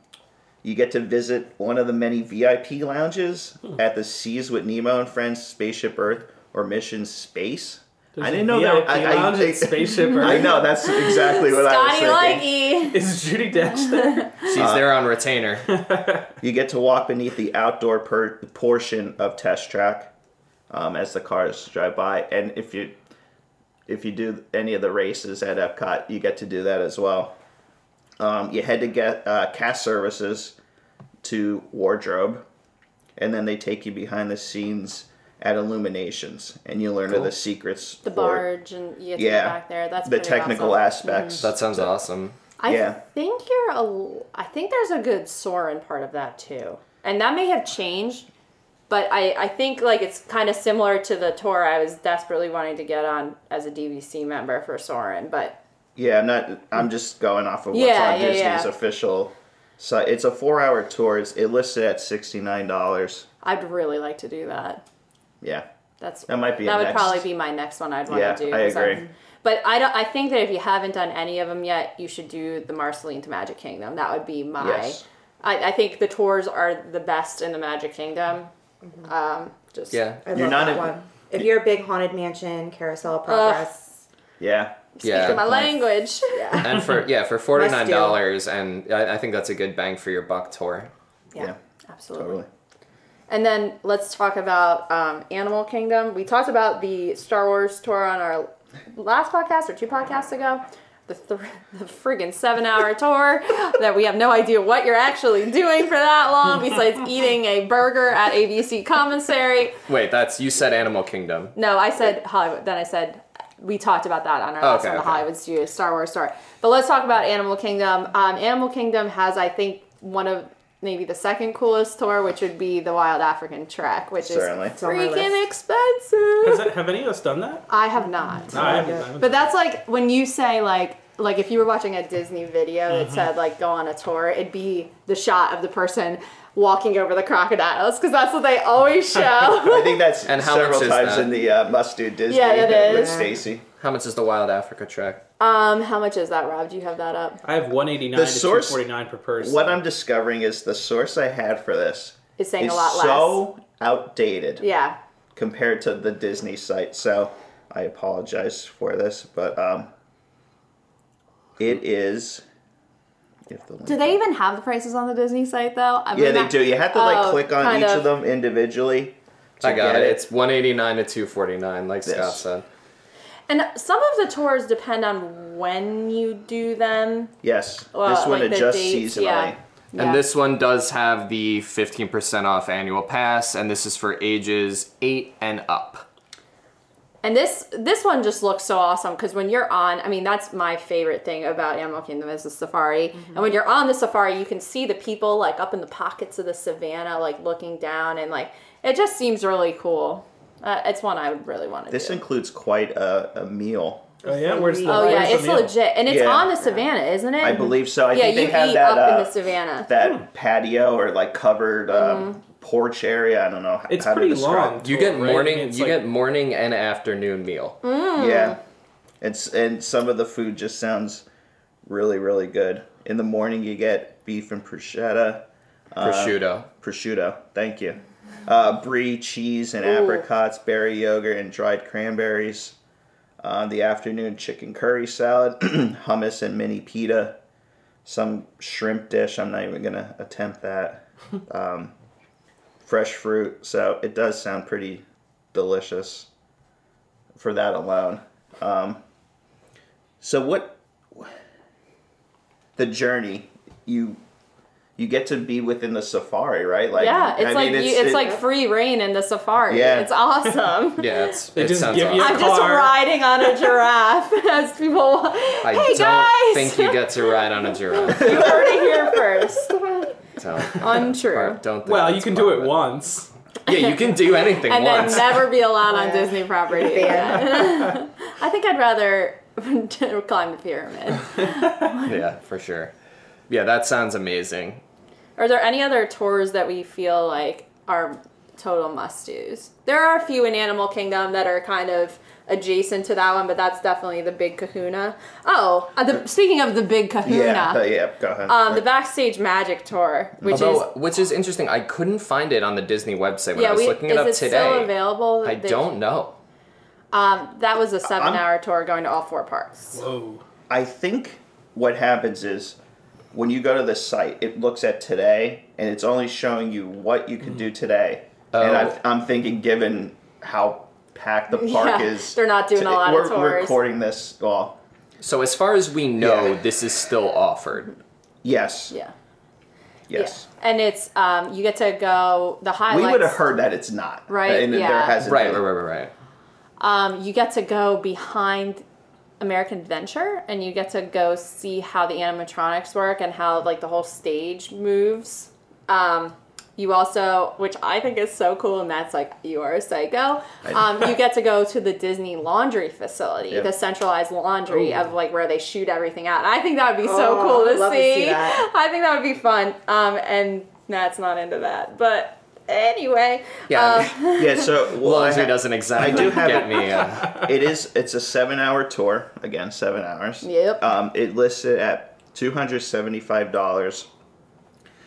C: you get to visit one of the many VIP lounges
B: Hmm.
C: at the Seas with Nemo and Friends Spaceship Earth or Mission Space. I didn't know that. I, I,
B: lounge
C: I,
B: at Spaceship Earth.
C: I know that's exactly what I was
A: Scotty
C: thinking.
A: Likey.
B: Is Judy Dench there?
C: Uh,
D: She's there on retainer.
C: You get to walk beneath the outdoor per- portion of Test Track um, as the cars drive by, and if you if you do any of the races at Epcot, you get to do that as well. Um, you head to get uh, cast services to wardrobe, and then they take you behind the scenes at Illuminations, and you learn of the secrets.
A: The
C: for
A: barge and you get to go
C: Yeah,
A: back there. That's
C: the
A: pretty
C: technical
A: awesome.
C: aspects.
D: That sounds awesome.
A: I
C: yeah.
A: think you're a. I think there's a good Soren part of that too, and that may have changed. But I, I think like it's kind of similar to the tour I was desperately wanting to get on as a DVC member for Soren, but
C: Yeah, I'm not. I'm just going off of what's
A: Yeah,
C: on
A: yeah,
C: Disney's
A: yeah.
C: official site. It's a four-hour tour. It's, it listed at sixty-nine dollars.
A: I'd really like to do that.
C: Yeah,
A: That's
C: That might be
A: that
C: a
A: would
C: next.
A: probably be my next one I'd want
C: Yeah,
A: to do.
C: I
A: 'cause I'm-
C: agree.
A: but I don't. I think that if you haven't done any of them yet, you should do the Marceline to Magic Kingdom. That would be my.
C: Yes.
A: I, I think the tours are the best in the Magic Kingdom. Um, just
D: Yeah.
E: I love
C: You're not
E: that
C: a-
E: one. If you're a big haunted mansion, carousel progress,
C: yeah.
A: Speaking
D: Yeah.
A: my language.
D: And for yeah, for forty
E: Must do.
D: nine dollars and I, I think that's a good bang for your buck tour.
E: yeah.
C: Yeah.
A: Absolutely.
C: Totally.
A: And then let's talk about um, Animal Kingdom. We talked about the Star Wars tour on our last podcast or two podcasts ago. The, th- the friggin' seven hour tour that we have no idea what you're actually doing for that long besides eating a burger at ABC Commissary.
D: Wait, that's you said Animal Kingdom.
A: No, I said Hollywood. Then I said we talked about that on our last
D: Oh, Okay,
A: one, the
D: okay.
A: Hollywood Studio Star Wars story. But let's talk about Animal Kingdom. Um, Animal Kingdom has, I think, one of maybe the second coolest tour, which would be the Wild African Trek, which
C: Certainly.
A: is
C: It's
E: on my
A: freaking
B: Has
A: expensive.
B: it- have any of us done that?
A: I have not.
B: No, I haven't. I haven't
A: But that's like when you say like like if you were watching a Disney video
E: Mm-hmm.
A: that said like go on a tour, it'd be the shot of the person walking over the crocodiles because that's what they always show.
C: I think that's
D: And how
C: several
D: much is
C: times
D: that?
C: in the uh, must do Disney
A: Yeah, it
C: with
A: is.
C: Stacy.
D: How much is the Wild Africa trek?
A: um, how much is that, Rob? Do you have that up?
B: I have 189
C: The
B: to
C: source-
B: 249 per person.
C: What I'm discovering is the source I had for this
A: is saying
C: is
A: a lot less.
C: so outdated
A: yeah.
C: compared to the Disney site. So I apologize for this, but um, it is. If the
A: Do
C: link-
A: they even have the prices on the Disney site though? I
C: Yeah,
A: mean,
C: they
A: that-
C: do. You have to like
A: Oh,
C: click on
A: kind
C: each of. them individually. To
D: I got
C: get
D: it. It's one eighty nine to two forty nine, like Scott
C: Yes.
D: said.
A: And some of the tours depend on when you do them.
C: Yes,
A: Well,
C: this one
A: like the
C: adjusts
A: dates,
C: seasonally.
A: yeah. Yeah.
D: And this one does have the fifteen percent off annual pass, and this is for ages eight and up.
A: And this this one just looks so awesome because when you're on, I mean, that's my favorite thing about Animal Kingdom is the safari.
D: Mm-hmm.
A: And when you're on the safari, you can see the people like up in the pockets of the savannah, like looking down, and like it just seems really cool. Uh, it's one I would really want to
C: This
A: do.
C: includes quite a, a meal.
B: Oh yeah, where's the?
A: oh yeah,
B: where's the
A: it's
B: meal?
A: legit, and it's
C: Yeah.
A: on the savannah, isn't it?
C: I believe so. I
A: Mm-hmm. yeah,
C: think
A: you
C: they have
A: eat up
C: that uh,
A: in the Hmm. savannah.
C: that patio or like covered um,
A: Mm-hmm.
C: porch area. I don't know. h-
B: It's
C: how
B: pretty
C: to describe.
B: long.
D: You
B: tour,
D: get
B: Oh, right? I
D: morning.
B: mean, it's
D: you
B: like-
D: get morning and afternoon meal.
A: Hmm.
C: Yeah, it's and some of the food just sounds really really good. In the morning, you get beef and prosciutto.
D: Prosciutto.
C: prosciutto. Thank you. Uh, brie, cheese, and apricots, berry yogurt, and dried cranberries. Uh, the afternoon, chicken curry salad, hummus and mini pita, some shrimp dish. I'm not even gonna attempt that. Um, fresh fruit. So it does sound pretty delicious for that alone. Um, so what? The journey you you get to be within the safari, right? Like
A: yeah, it's
C: I
A: like
C: mean,
A: you, it's
C: it-
A: like free reign in the safari.
C: Yeah.
A: It's awesome.
D: Yeah, it's,
B: They
D: it
B: just
D: sounds
B: give you-
D: awesome.
A: I'm just
B: Car.
A: riding on a giraffe as people.
D: I
A: hey
D: don't
A: guys,
D: think you get to ride on a giraffe.
A: you heard it here first.
D: So,
A: Untrue.
D: don't think
B: Well,
D: that's
B: you can
D: part
B: do
D: of
B: it once.
D: Yeah, you can do anything
A: And then
D: once.
A: never be allowed on
E: Yeah.
A: Disney property. again. I think I'd rather climb the pyramid.
D: yeah, for sure. Yeah, that sounds amazing.
A: Are there any other tours that we feel like are total must do's? There are a few in Animal Kingdom that are kind of adjacent to that one, but that's definitely the big kahuna. Oh, uh, the, speaking of the big kahuna,
C: Yeah, but yeah, go ahead.
A: um, the Backstage Magic Tour, which
D: Although,
A: is.
D: which is interesting, I couldn't find it on the Disney website when I
A: Yeah,
D: was
A: we,
D: looking
A: is
D: it up
A: it
D: today.
A: still available?
D: I
A: They-
D: don't know.
A: Um, that was a 7 hour tour going to all four parks.
B: Whoa.
C: I think what happens is when you go to the site, it looks at today and it's only showing you what you can do today. And
D: Oh.
C: I, I'm thinking, given how packed the park
A: Yeah,
C: is,
A: they're not doing a lot of
C: we're
A: tours.
C: recording this. Well,
D: So as far as we know,
C: Yeah.
D: this is still offered.
C: yes,
A: Yeah.
C: yes.
A: Yeah. And it's um, you get to go the highlights.
C: We would have heard that it's not
A: Right,
C: and
A: yeah.
C: there hasn't
D: Right,
C: been.
D: right, right, right, right.
A: Um, you get to go behind American Adventure, and you get to go see how the animatronics work and how like the whole stage moves. Um, you also, which I think is so cool, and that's like you are a psycho. Um, you get to go to the Disney laundry facility,
C: Yeah.
A: the centralized laundry
B: Ooh.
A: of like where they shoot everything out. And I think that would be so
E: Oh,
A: cool to
E: I'd love to
A: see.
E: see that.
A: I think that would be fun. Um, and Matt's not into that, but anyway,
D: Yeah.
A: um,
C: Yeah, so well, I
D: Laundry
C: ha-
D: doesn't exactly
C: do have
D: get
C: it.
D: me. Uh,
C: It is. It's a seven-hour tour. Again, seven hours.
A: Yep.
C: Um, it lists it at two hundred seventy-five dollars.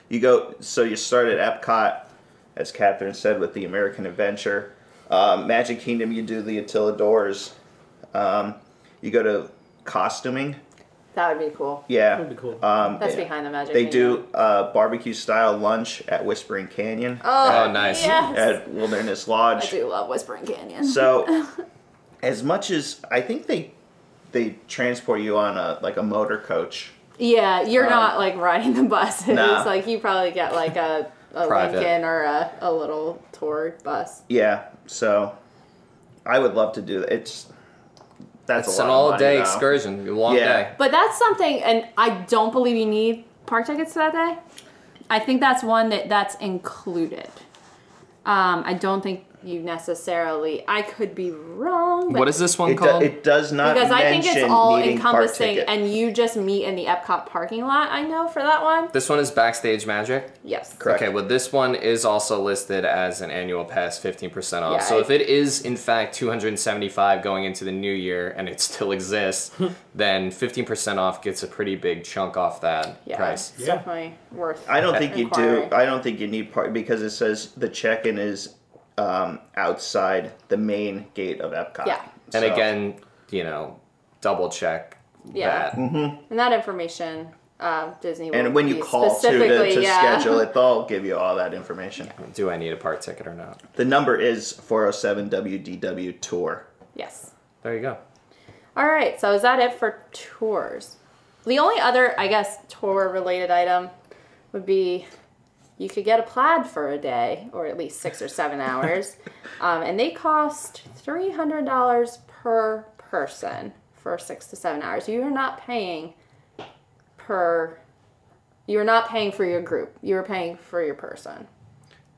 C: You go. So you start at Epcot, as Catherine said, with the American Adventure, um, Magic Kingdom. You do the Attila Doors. Um, you go to costuming.
A: that would be cool.
C: Yeah.
B: That'd be cool.
C: Um,
A: That's
C: it-
A: behind the magic.
C: They
A: Kingdom.
C: do uh, barbecue style lunch at Whispering Canyon
A: Oh,
D: Oh, nice.
A: Yes.
C: at Wilderness
A: I
C: Lodge.
A: do love Whispering Canyon.
C: So, as much as I think they they transport you on a like a motor coach.
A: yeah, you're
C: Um,
A: not like riding the buses.
C: Nah.
A: Like you probably get like a, a
D: Private.
A: Lincoln or a, a little tour bus.
C: Yeah, so I would love to do that. It's that's
D: it's
C: a
D: an
C: lot
D: all day
C: of money, though.
D: excursion, a long
C: Yeah.
D: day.
A: But that's something, and I don't believe you need park tickets that day. I think that's one that that's included. Um, I don't think you necessarily. I could be wrong. But
D: What is this one
C: It, do-
D: called?
C: it does not
A: Because I think it's
C: mention
A: all
C: needing park
A: encompassing,
C: ticket.
A: and you just meet in the Epcot parking lot. I know for that one.
D: this one is backstage magic.
A: Yes.
C: Correct.
D: Okay, well, this one is also listed as an annual pass, fifteen percent off.
A: Yeah,
D: so
A: I-
D: if it is in fact two hundred and seventy-five going into the new year, and it still exists,
A: Hmm.
D: then fifteen percent off gets a pretty big chunk off that
A: Yeah.
D: price.
A: It's
B: Yeah.
A: definitely worth.
C: I don't think you do.
A: inquiring.
C: I don't think you need park because it says the check-in is um, outside the main gate of Epcot.
A: Yeah.
D: And
C: So-
D: again, you know, double check
A: Yeah.
D: that.
A: And that information, uh, Disney. Will
C: and when you
A: be
C: call too to,
A: specifically-
C: to
A: yeah.
C: schedule it, they'll give you all that information.
D: Do I need a park ticket or not?
C: The number is 407 WDW Tour.
A: Yes.
D: There you go.
A: All right. So is that it for tours? The only other, I guess, tour-related item would be you could get a plaid for a day, or at least six or seven hours. um, and they cost $300 per person for six to seven hours. You are not paying per. You are not paying for your group. You are paying for your person.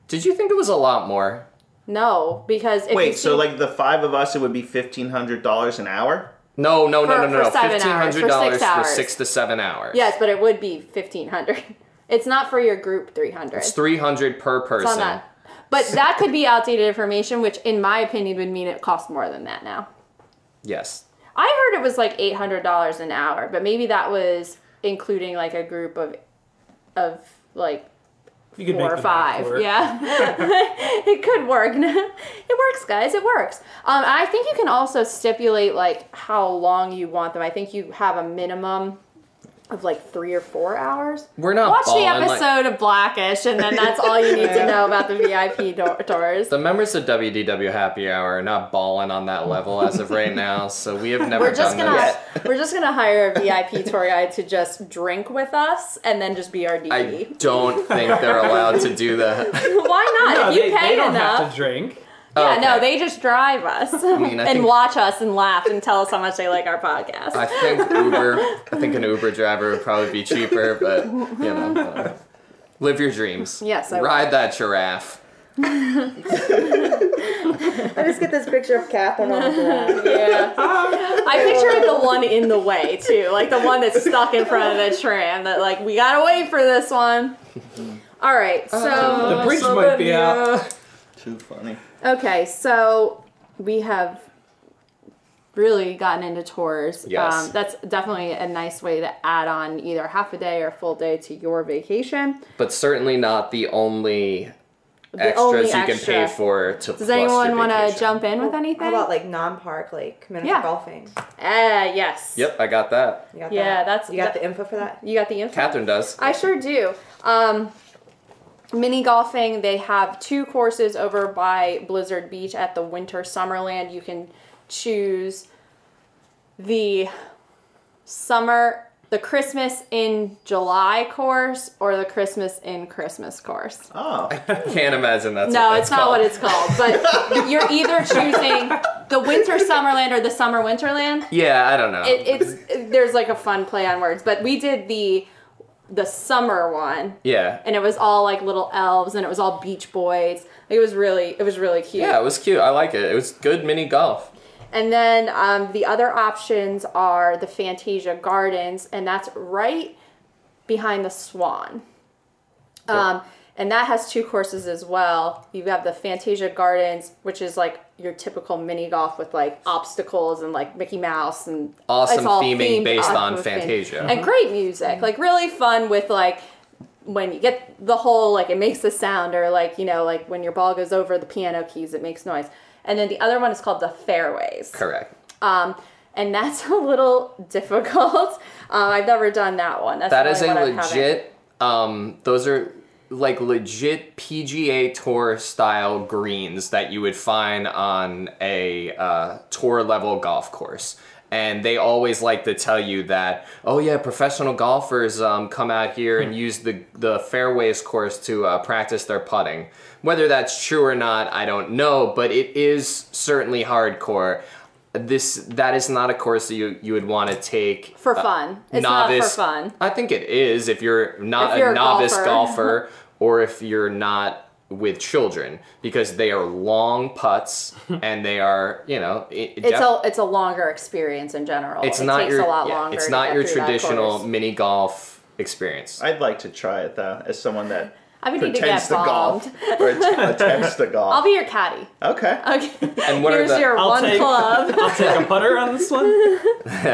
D: Did you think it was a lot more?
A: No, because if you
C: Wait, so
A: see-
C: like the five of us, it would be fifteen hundred dollars an hour.
D: No, no, no,
A: For-
D: no, no, no.
A: for seven
D: Fifteen
A: hours, for
D: hundred dollars
A: six
D: for
A: hours.
D: six to seven hours.
A: yes, but it would be fifteen hundred. It's not for your group three hundred.
D: it's three hundred per person.
A: on that. But that could be outdated information, which in my opinion would mean it costs more than that now.
D: Yes.
A: I heard it was like eight hundred dollars an hour, but maybe that was including like a group of of like
B: You could make
A: four or
B: the math
A: five.
B: work.
A: Yeah, it could work. it works, guys. It works. Um, I think you can also stipulate like how long you want them. I think you have a minimum of like three or four hours.
D: We're not
A: watch the
D: balling, like-
A: episode of Blackish, and then that's all you need to know about the VIP do- doors.
D: The members of WDW Happy Hour are not balling on that level as of right now, so we have never
A: We're just
D: done
A: gonna
D: this.
A: we're just gonna hire a VIP tour guide to just drink with us and then just be our DD.
D: I don't think they're allowed to do that.
A: Why not?
B: No,
A: if you
B: they,
A: pay
B: they don't
A: enough,
B: have to drink.
A: yeah, no,
D: Okay.
A: they just drive us
D: mean, I
A: and
D: think-
A: watch us and laugh and tell us how much they like our podcast.
D: I think Uber. I think an Uber driver would probably be cheaper, but you know, uh, live your dreams.
A: Yes, I will.
D: ride that giraffe.
E: I just get this picture of Catherine on the ground.
A: yeah, I picture the one in the way too, like the one that's stuck in front of the tram. That like we gotta wait for this one. All right, so
B: Uh, The bridge might be out.
C: Too funny.
A: Okay, so we have really gotten into tours. Um,
D: Yes.
A: that's definitely a nice way to add on either half a day or full day to your vacation.
D: but certainly not the only extras
A: only
D: you can
A: extra.
D: pay for. To
A: Does anyone
D: want to
A: jump in with anything?
E: How about like non-park, like community
A: Yeah.
E: golfing?
A: Uh, yes.
D: Yep, I got that.
E: You got
A: Yeah,
E: that?
A: that's-
E: you
A: that-
E: got the info for that.
A: You got the info.
D: Catherine does.
A: I sure do. Um, mini golfing, they have two courses over by Blizzard Beach at the Winter Summerland. You can choose the summer, the Christmas in July course or the Christmas in Christmas course.
C: Oh,
D: Can't imagine that's
A: No,
D: What
A: it's
D: that's
A: not
D: called.
A: what it's called, but you're either choosing the Winter Summerland or the Summer Winterland
D: Yeah, I don't know.
A: it, it's there's like a fun play on words, but we did the the summer one,
D: yeah,
A: and it was all like little elves, and it was all Beach Boys. It was really it was really cute.
D: yeah, it was cute. I like it. It was good mini golf.
A: And then um, the other options are the Fantasia Gardens, and that's right behind the Swan. Um, and that has two courses as well. You have the Fantasia Gardens, which is like your typical mini golf with like obstacles and like Mickey Mouse and it's
D: Awesome
A: all
D: theming
A: themed
D: based
A: off
D: on
A: of Fan-
D: Fantasia.
A: and great music, like really fun with like when you get the whole like it makes a sound or like you know like when your ball goes over the piano keys it makes noise. And then the other one is called the Fairways.
D: Correct.
A: Um, and that's a little difficult. Um, I've never done that one. That's
D: That
A: the
D: is
A: only
D: a
A: one I haven't.
D: legit. Um, those are like legit PGA Tour style greens that you would find on a uh, tour level golf course. And they always like to tell you that, oh yeah, professional golfers um, come out here and use the the fairways course to uh, practice their putting. Whether that's true or not, I don't know, but it is certainly hardcore. This that is not a course that you you would want to take
A: for fun. It's not for fun.
D: I think it is if you're not
A: If you're
D: a
A: a
D: novice
A: golfer.
D: golfer or if you're not with children because they are long putts and they are, you know, it,
A: It's a it's a longer experience in general.
D: it's
A: it
D: not
A: takes
D: your
A: a lot
D: yeah,
A: longer.
D: it's
A: to
D: not
A: get
D: your
A: through that
D: traditional
A: course.
D: mini golf experience.
C: I'd like to try it though, as someone that
A: I would need to
C: pretends
A: get
C: to, golf
A: bombed.
C: or att- attempts to golf.
A: I'll be your caddy.
C: okay.
A: Okay.
D: And what are
A: Here's
D: the-
A: your
B: I'll
A: one
B: take-
A: club.
B: I'll take a putter on this one.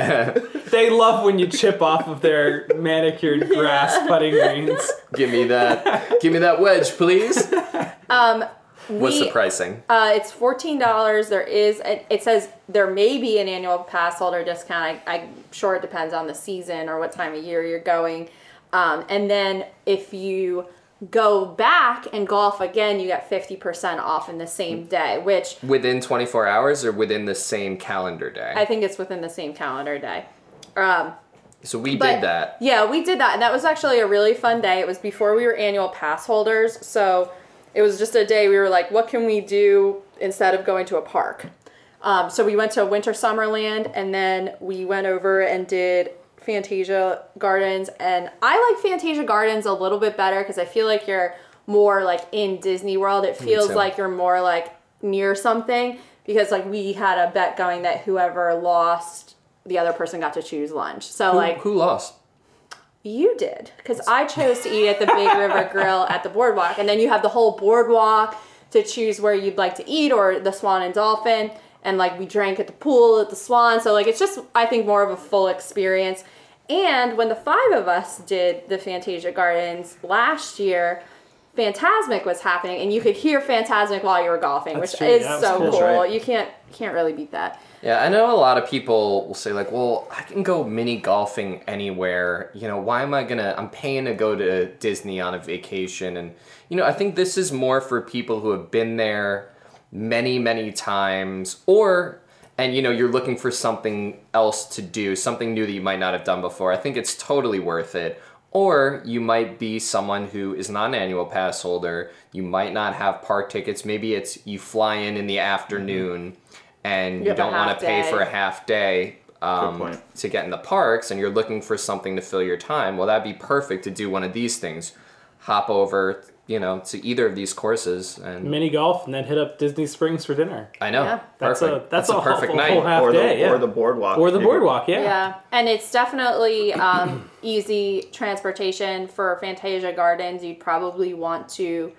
B: they love when you chip off of their manicured grass putting greens.
D: give me that give me that wedge, please. What's
A: Um, we,
D: the pricing?
A: Uh, it's fourteen dollars. There is it it says there may be an annual pass holder discount. I, I'm sure it depends on the season or what time of year you're going. Um, and then if you go back and golf again, you get fifty percent off in the same day, which
D: within 24 hours or within the same calendar day?
A: I think it's within the same calendar day. Um,
D: So we
A: But-
D: did that.
A: Yeah, we did that, and that was actually a really fun day. It was before we were annual pass holders, so it was just a day we were like, what can we do instead of going to a park? Um, so we went to Winter Summerland, and then we went over and did Fantasia Gardens, and I like Fantasia Gardens a little bit better because I feel like you're more like in Disney World. It feels
D: too.
A: like you're more like near something because like we had a bet going that whoever lost the other person got to choose lunch. So
D: Who,
A: like
D: who lost?
A: you did, because I chose to eat at the Big River Grill at the boardwalk, and then you have the whole boardwalk to choose where you'd like to eat, or the Swan and Dolphin, and like we drank at the pool at the Swan, so like it's just I think more of a full experience. And when the five of us did the Fantasia Gardens last year, Phantasmic was happening, and you could hear Phantasmic while you were golfing,
B: That's
A: which
B: true,
A: is
B: yeah, it was
A: so
B: cool.
A: cool.
C: That's right.
A: You can't can't really beat that.
D: Yeah, I know a lot of people will say like, "Well, I can go mini golfing anywhere. You know, why am I gonna? I'm paying to go to Disney on a vacation." And you know, I think this is more for people who have been there many, many times, or and you know, you're looking for something else to do, something new that you might not have done before. I think it's totally worth it. Or you might be someone who is not an annual pass holder. You might not have park tickets. Maybe it's you fly in in the afternoon and you
A: have a
D: don't want
A: half
D: to pay
A: day.
D: for a half day um,
C: point.
D: to get in the parks and you're looking for something to fill your time. Well, that'd be perfect to do one of these things. Hop over, you know, to either of these courses. And
B: Mini golf and then hit up Disney Springs for dinner.
D: I know.
A: Yeah.
B: That's
D: perfect.
B: a that's, a, perfect night. Whole half
C: or the
B: day, yeah.
C: or the boardwalk
B: Or the
C: You-
B: boardwalk, yeah.
A: Yeah, and it's definitely um, easy transportation for Fantasia Gardens. You'd probably want to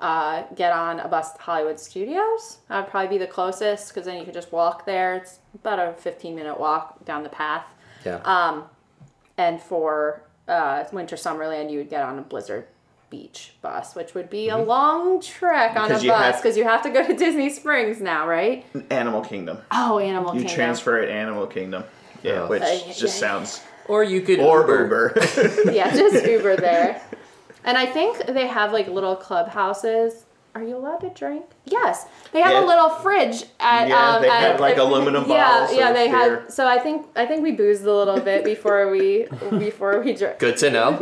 A: uh, get on a bus to Hollywood Studios. That would probably be the closest because then you could just walk there. It's about a 15 minute walk down the path.
D: yeah.
A: And for uh, Winter Summerland, you would get on a Blizzard Beach bus, which would be a long trek on
C: Mm-hmm. Because
A: a
C: you
A: bus
C: have-
A: because you have to go to Disney Springs now, right?
C: Animal Kingdom.
A: Oh, Animal
C: You
A: Kingdom.
C: transfer at Animal Kingdom. Yeah,
D: Yeah.
C: which
A: Uh, yeah,
C: just
A: yeah.
C: sounds
D: or you could
C: or Uber.
A: yeah, just Uber there. And I think they have like little clubhouses. Are you allowed to drink? Yes, they have
C: Yeah.
A: a little fridge at.
C: Yeah,
A: um,
C: they
A: at,
C: had, like, aluminum
A: Yeah,
C: bottles
A: yeah,
C: of
A: they
C: beer.
A: had. So I think I think we boozed a little bit before we before we drank.
D: Good to know.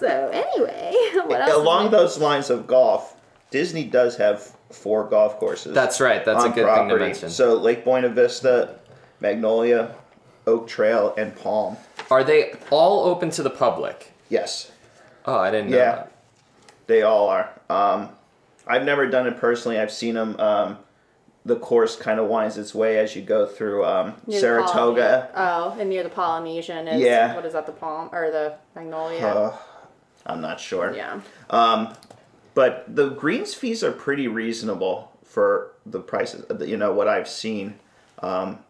A: So anyway, what else? is
C: Along
A: in-
C: those lines of golf, Disney does have four golf courses.
D: That's right. That's a
C: on
D: good thing to
C: property.
D: mention.
C: So Lake Buena Vista, Magnolia, Oak Trail, and Palm.
D: Are they all open to the public?
C: Yes,
D: Oh, I didn't know.
C: Yeah.
D: that.
C: they all are. Um, I've never done it personally. I've seen them. Um, the course kind of winds its way as you go through um,
A: near the
C: Saratoga.
A: Polyne- oh, and near the Polynesian is
C: Yeah.
A: what is that? The palm or the magnolia?
C: Uh, I'm not sure.
A: yeah.
C: But the greens fees are pretty reasonable for the prices. You know what I've seen. Um,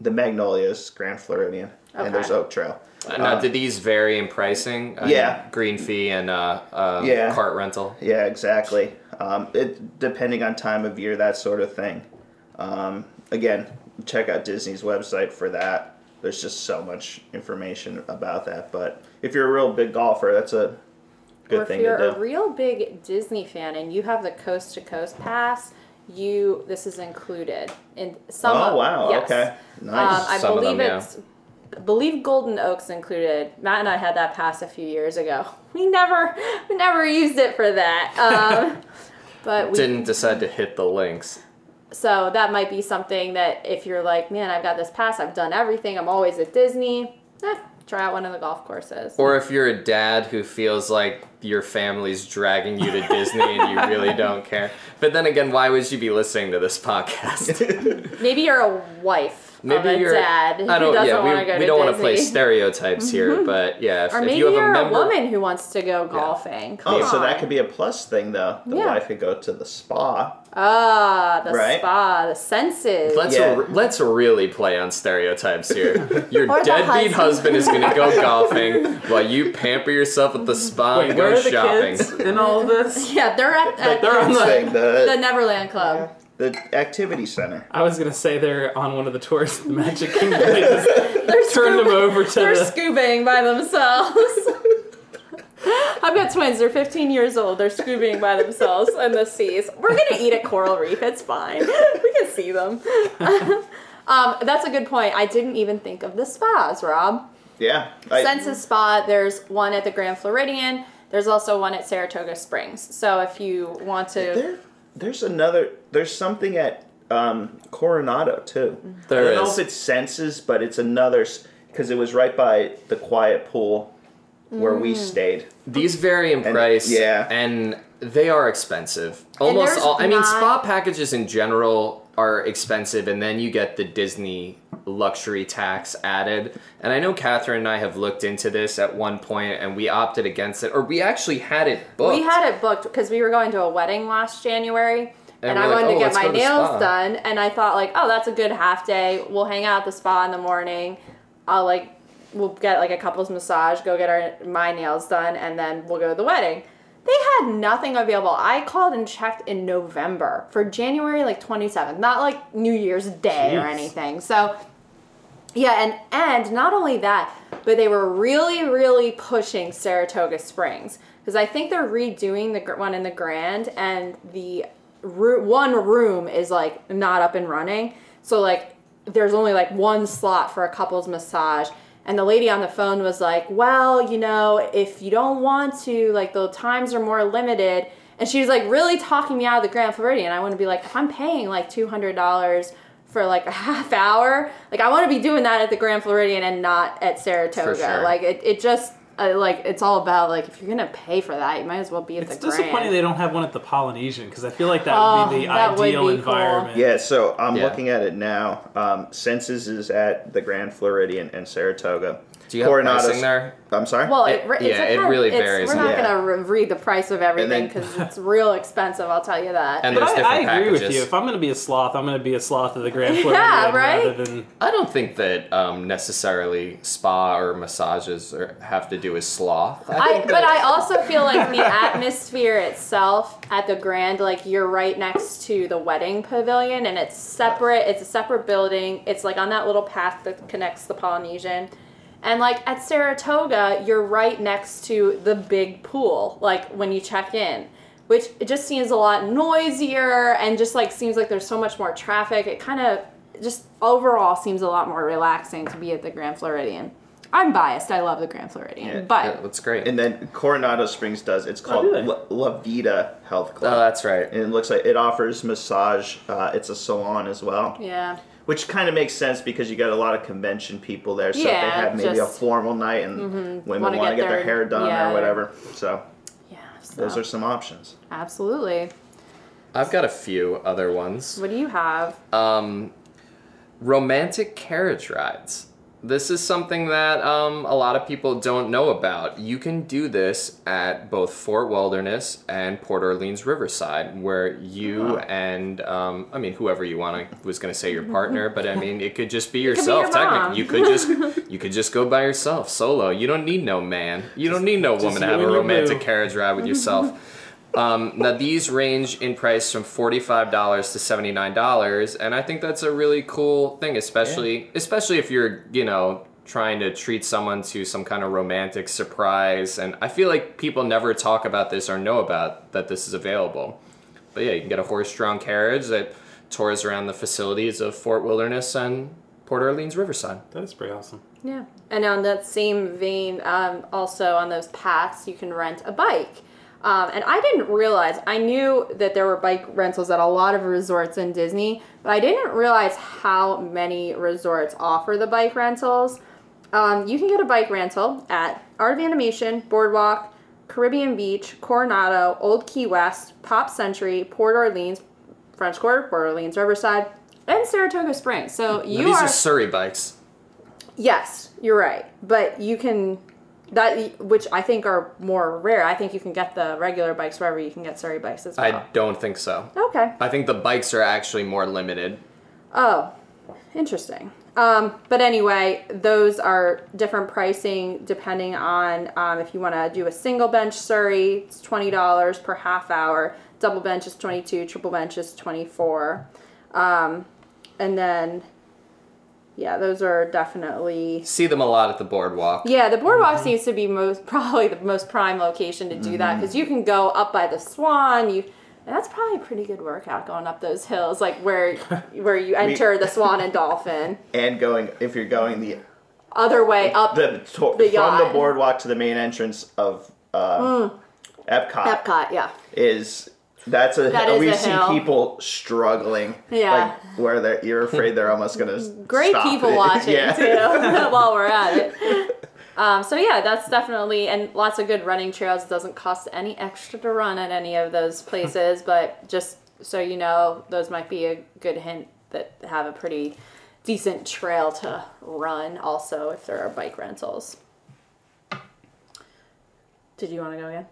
C: the Magnolias, Grand Floridian, and there's
A: Okay.
C: Oak Trail.
D: now, did these vary in pricing? I
C: Uh, yeah.
D: mean, green fee and uh, uh,
C: Yeah.
D: cart rental.
C: Yeah, exactly. Um, it depending on time of year, that sort of thing. Um, again, check out Disney's website for that. There's just so much information about that. But if you're a real big golfer, that's a good
A: or if
C: thing
A: you're
C: to
A: a
C: do.
A: real big Disney fan and you have the coast to coast pass, you this is included in some.
C: oh
A: of-
C: wow!
A: yes.
C: Okay,
A: Um,
C: nice.
A: I
D: Some of
A: believe
D: them, yeah.
A: it's believe Golden Oaks included. Matt and I had that pass a few years ago. We never we never used it for that. Um, but we
D: Didn't decide to hit the links.
A: so that might be something that if you're like, man, I've got this pass, I've done everything, I'm always at Disney. Eh, try out one of the golf courses.
D: Or if you're a dad who feels like your family's dragging you to Disney and you really don't care. But then again, why would you be listening to this podcast?
A: Maybe you're a wife. of a dad who
D: I don't.
A: doesn't
D: yeah,
A: want
D: we,
A: to go
D: we
A: to
D: don't
A: Disney.
D: want to play stereotypes here, but yeah, if,
A: Or
D: if
A: maybe
D: you have
A: are
D: a
A: a,
D: member,
A: woman who wants to go golfing. Come
C: Oh, so
A: on.
C: that could be a plus thing though. The
A: Yeah.
C: wife could go to the spa.
A: ah the
C: Right?
A: spa, the senses.
D: Let's
C: Yeah.
D: r- let's really play on stereotypes here. Your
A: Or the
D: deadbeat
A: husband.
D: husband is gonna go golfing while you pamper yourself at the spa
B: Wait,
D: and
B: where
D: go
B: are the
D: shopping.
B: kids in all of this?
A: yeah, they're at, at
B: they're on the-
C: Thing,
A: the
C: the,
A: Neverland Club.
C: the activity center.
B: I was gonna say they're on one of the tours of the Magic Kingdom. They just
A: They're
B: turned them
A: scuba-
B: over to
A: They're
B: the.
A: scoobing by themselves. I've got twins. They're 15 years old. They're scoobing by themselves in the seas. We're gonna eat at Coral Reef. It's fine. We can see them. um, that's a good point. I didn't even think of the spas, Rob.
C: Yeah. I-
A: Census Spa, there's one at the Grand Floridian. There's also one at Saratoga Springs. So if you want to,
C: there, there's another. There's something at um, Coronado too. I
D: There
C: don't know
D: is.
C: if it's senses, but it's another because it was right by the quiet pool where
A: Mm.
C: we stayed.
D: These vary in price.
C: yeah.
D: And they are expensive. Almost
A: there's
D: all. I mean,
A: not-
D: spa packages in general are expensive, and then you get the Disney luxury tax added. And I know Catherine and I have looked into this at one point, and we opted against it, or we actually had it booked.
A: we had it booked because we were going to a wedding last January. And,
D: And
A: I
D: we're like,
A: wanted
D: "Oh,
A: to get
D: let's
A: my
D: go to
A: nails
D: spa."
A: done, and I thought like, oh, that's a good half day. We'll hang out at the spa in the morning. I'll like, we'll get like a couple's massage, go get our my nails done, and then we'll go to the wedding. They had nothing available. I called and checked in November for January like 27th, not like New Year's Day or
B: Jeez.
A: anything. So yeah, and and not only that, but they were really really pushing Saratoga Springs because I think they're redoing the gr- one in the Grand and the roo- one room is like not up and running. So like there's only like one slot for a couple's massage and the lady on the phone was like, "Well, you know, if you don't want to, like the times are more limited." And she was like really talking me out of the Grand Floridian. I want to be like, "If I'm paying like $200 for like a half hour. Like I want to be doing that at the Grand Floridian and not at Saratoga.
D: For sure.
A: Like it, it just uh, like it's all about like if you're gonna pay for that, you might as well be at
B: It's
A: the Grand.
B: disappointing they don't have one at the Polynesian because I feel like that would be the
A: Oh, that would
B: ideal
A: be cool.
B: environment.
C: Yeah, so I'm
D: Yeah.
C: looking at it now. Um, Census is at the Grand Floridian in Saratoga.
D: Do you have
C: Coronado's-
D: pricing there?
C: I'm sorry.
A: well, it,
D: It-
A: re- it's
D: yeah,
A: a
D: it
A: kind of-
D: really
A: it's-
D: varies.
A: We're not
C: Yeah.
A: gonna re- read the price of everything
C: then-
A: because it's real expensive. I'll tell you that.
D: And
B: But
D: there's
B: I, I
D: different
B: agree with
D: packages.
B: you. If I'm going to be a sloth, I'm going to be a sloth of the Grand
A: Yeah,
B: Floridian
A: right?
B: rather than
D: I don't think that um, necessarily spa or massages are, have to do with sloth. I
A: I,
D: think
A: but
D: that-
A: I also feel like the atmosphere itself at the Grand, like you're right next to the wedding pavilion, and it's separate. It's a separate building. It's like on that little path that connects the Polynesian, and like at Saratoga, you're right next to the big pool. Like when you check in, which it just seems a lot noisier, and just like seems like there's so much more traffic. It kind of just overall seems a lot more relaxing to be at the Grand Floridian. I'm biased. I love the Grand Floridian,
C: Yeah.
A: but.
D: Yeah, that's great.
C: and then Coronado Springs does.
A: Oh,
C: It's called
B: do they?
C: La, La Vida Health Club.
D: oh, that's right.
C: and it looks like it offers massage. Uh, it's a salon as well,
A: Yeah.
C: which kind of makes sense because you got a lot of convention people there. So if
A: Yeah,
C: they have maybe
A: just- Mm-hmm.
C: a formal night and women
A: Wanna
C: want to
A: get
C: get, their,
A: their-
C: hair done
A: yeah.
C: or whatever. So
A: Yeah. So.
C: those are some options.
A: absolutely.
D: I've got a few other ones.
A: What do you have?
D: um, romantic carriage rides. This is something that um, a lot of people don't know about. You can do this at both Fort Wilderness and Port Orleans Riverside, where you and um, I mean whoever you want. I was going to say your partner, but I mean it could just
A: could be
D: be
A: your mom.
D: yourself. technically, you could just you could just go by yourself, solo. You don't need no man. You don't need no woman to
B: you
D: have
B: and
D: a
B: your
D: romantic
B: boo.
D: carriage ride with yourself. Um, now these range in price from forty-five dollars to seventy-nine dollars, and I think that's a really cool thing, especially especially if you're you know trying to treat someone to some kind of romantic surprise. And I feel like people never talk about this or know about that this is available. But yeah, you can get a horse-drawn carriage that tours around the facilities of Fort Wilderness and Port Orleans Riverside.
B: that is pretty awesome.
A: Yeah. And on that same vein, um, also on those paths, you can rent a bike. Um, and I didn't realize, I knew that there were bike rentals at a lot of resorts in Disney, but I didn't realize how many resorts offer the bike rentals. Um, you can get a bike rental at Art of Animation, Boardwalk, Caribbean Beach, Coronado, Old Key West, Pop Century, Port Orleans, French Quarter, Port Orleans, Riverside, and Saratoga Springs. So you
D: Now, these
A: are,
D: are Surrey bikes.
A: Yes, you're right. But you can that which I think are more rare. I think you can get the regular bikes wherever you can get Surrey bikes as
D: I
B: Oh.
A: well.
D: don't think so.
A: okay.
D: I think the bikes are actually more limited.
A: Oh, interesting. Um, but anyway, those are different pricing depending on um, if you want to do a single bench Surrey, it's twenty dollars per half hour. Double bench is twenty two. Triple bench is twenty four. Um, and then, yeah, those are definitely
D: See them a lot at the boardwalk.
A: Yeah, the boardwalk seems to be most probably the most prime location to do that because you can go up by the Swan. You and that's probably a pretty good workout going up those hills, like where where you enter the Swan and Dolphin.
C: And going if you're going the
A: other way up
C: the, to-
A: The
C: from
A: yacht. Mm.
C: the boardwalk to the main entrance of uh, Epcot,
A: Epcot. Yeah.
C: is that's a
A: That is
C: we
A: a
C: see
A: hill.
C: people struggling
A: Yeah.
C: like where they're you're afraid they're almost gonna
A: great
C: stop
A: people
C: it.
A: watching
C: yeah.
A: too while we're at it. Um, so yeah, that's definitely and lots of good running trails. It doesn't cost any extra to run at any of those places, but just so you know, those might be a good hint that have a pretty decent trail to run. Also, if there are bike rentals. Did you want to go again?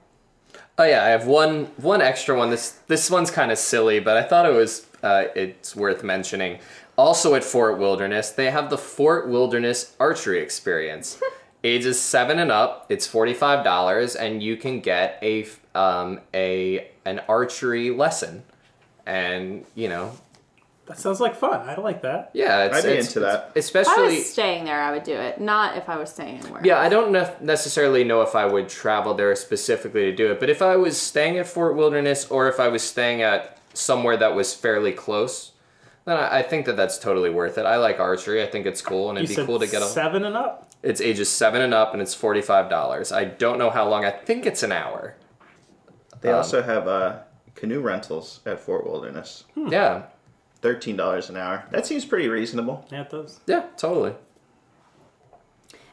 D: Oh yeah, I have one one extra one. This this one's kind of silly, but I thought it was uh, it's worth mentioning. Also at Fort Wilderness, they have the Fort Wilderness archery experience. Ages seven and up, it's forty five dollars, and you can get a f- um, a an archery lesson. And you know,
B: That sounds like fun. I like that.
D: yeah, it's,
C: I'd be
D: it's-
C: into
D: it's-
C: that.
A: If I
D: Especially
A: was staying there, I would do it. Not if I was staying anywhere.
D: Yeah, I don't ne- necessarily know if I would travel there specifically to do it, but if I was staying at Fort Wilderness or if I was staying at somewhere that was fairly close, then I, I think that that's totally worth it. I like archery; I think it's cool, and
B: You
D: it'd be
B: said
D: cool to get a.
B: seven and up.
D: It's ages seven and up, and it's forty five dollars. I don't know how long. I think it's an hour. Um,
C: They also have uh, canoe rentals at Fort Wilderness,
B: Hmm.
D: Yeah,
C: thirteen dollars an hour. That seems pretty reasonable.
B: Yeah, it does.
D: yeah, totally.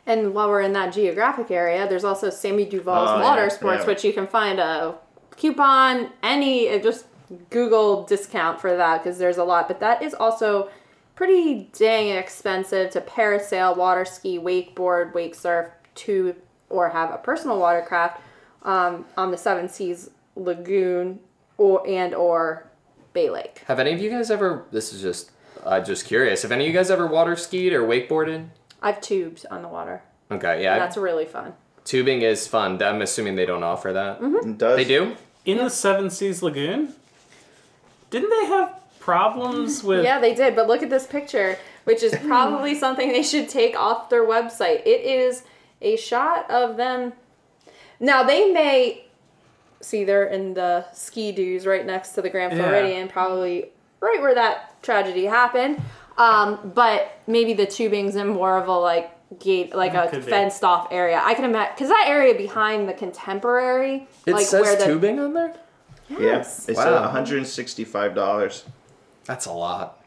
A: And while we're in that geographic area, there's also Sammy Duval's
C: Oh,
A: Water
C: yeah,
A: Sports,
C: yeah.
A: which you can find a coupon, any, uh, just Google discount for that because there's a lot. But that is also pretty dang expensive to parasail, water ski, wakeboard, wake surf, to or have a personal watercraft um, on the Seven Seas Lagoon or and or Bay Lake.
D: Have any of you guys ever? This is just. I'm just curious. Have any of you guys ever water skied or wakeboarded?
A: I've tubes on the water.
D: Okay, yeah.
A: That's really fun.
D: Tubing is fun. I'm assuming they don't offer that.
C: And does
D: They do.
B: In the Seven Seas Lagoon, didn't they have problems with?
A: Yeah, they did. But look at this picture, which is probably something they should take off their website. It is a shot of them. Now they may see they're in the ski doos right next to the Grand
B: Yeah.
A: Floridian, probably right where that tragedy happened. Um, but maybe the tubing's in more of a like gate, like
B: That
A: a
B: could be.
A: fenced off area. I can imagine because that area behind the contemporary,
D: It
A: like
D: says
A: where the
D: tubing on there?
C: Yes. Yeah, it's
D: Wow.
C: one hundred and sixty-five dollars.
D: That's a lot.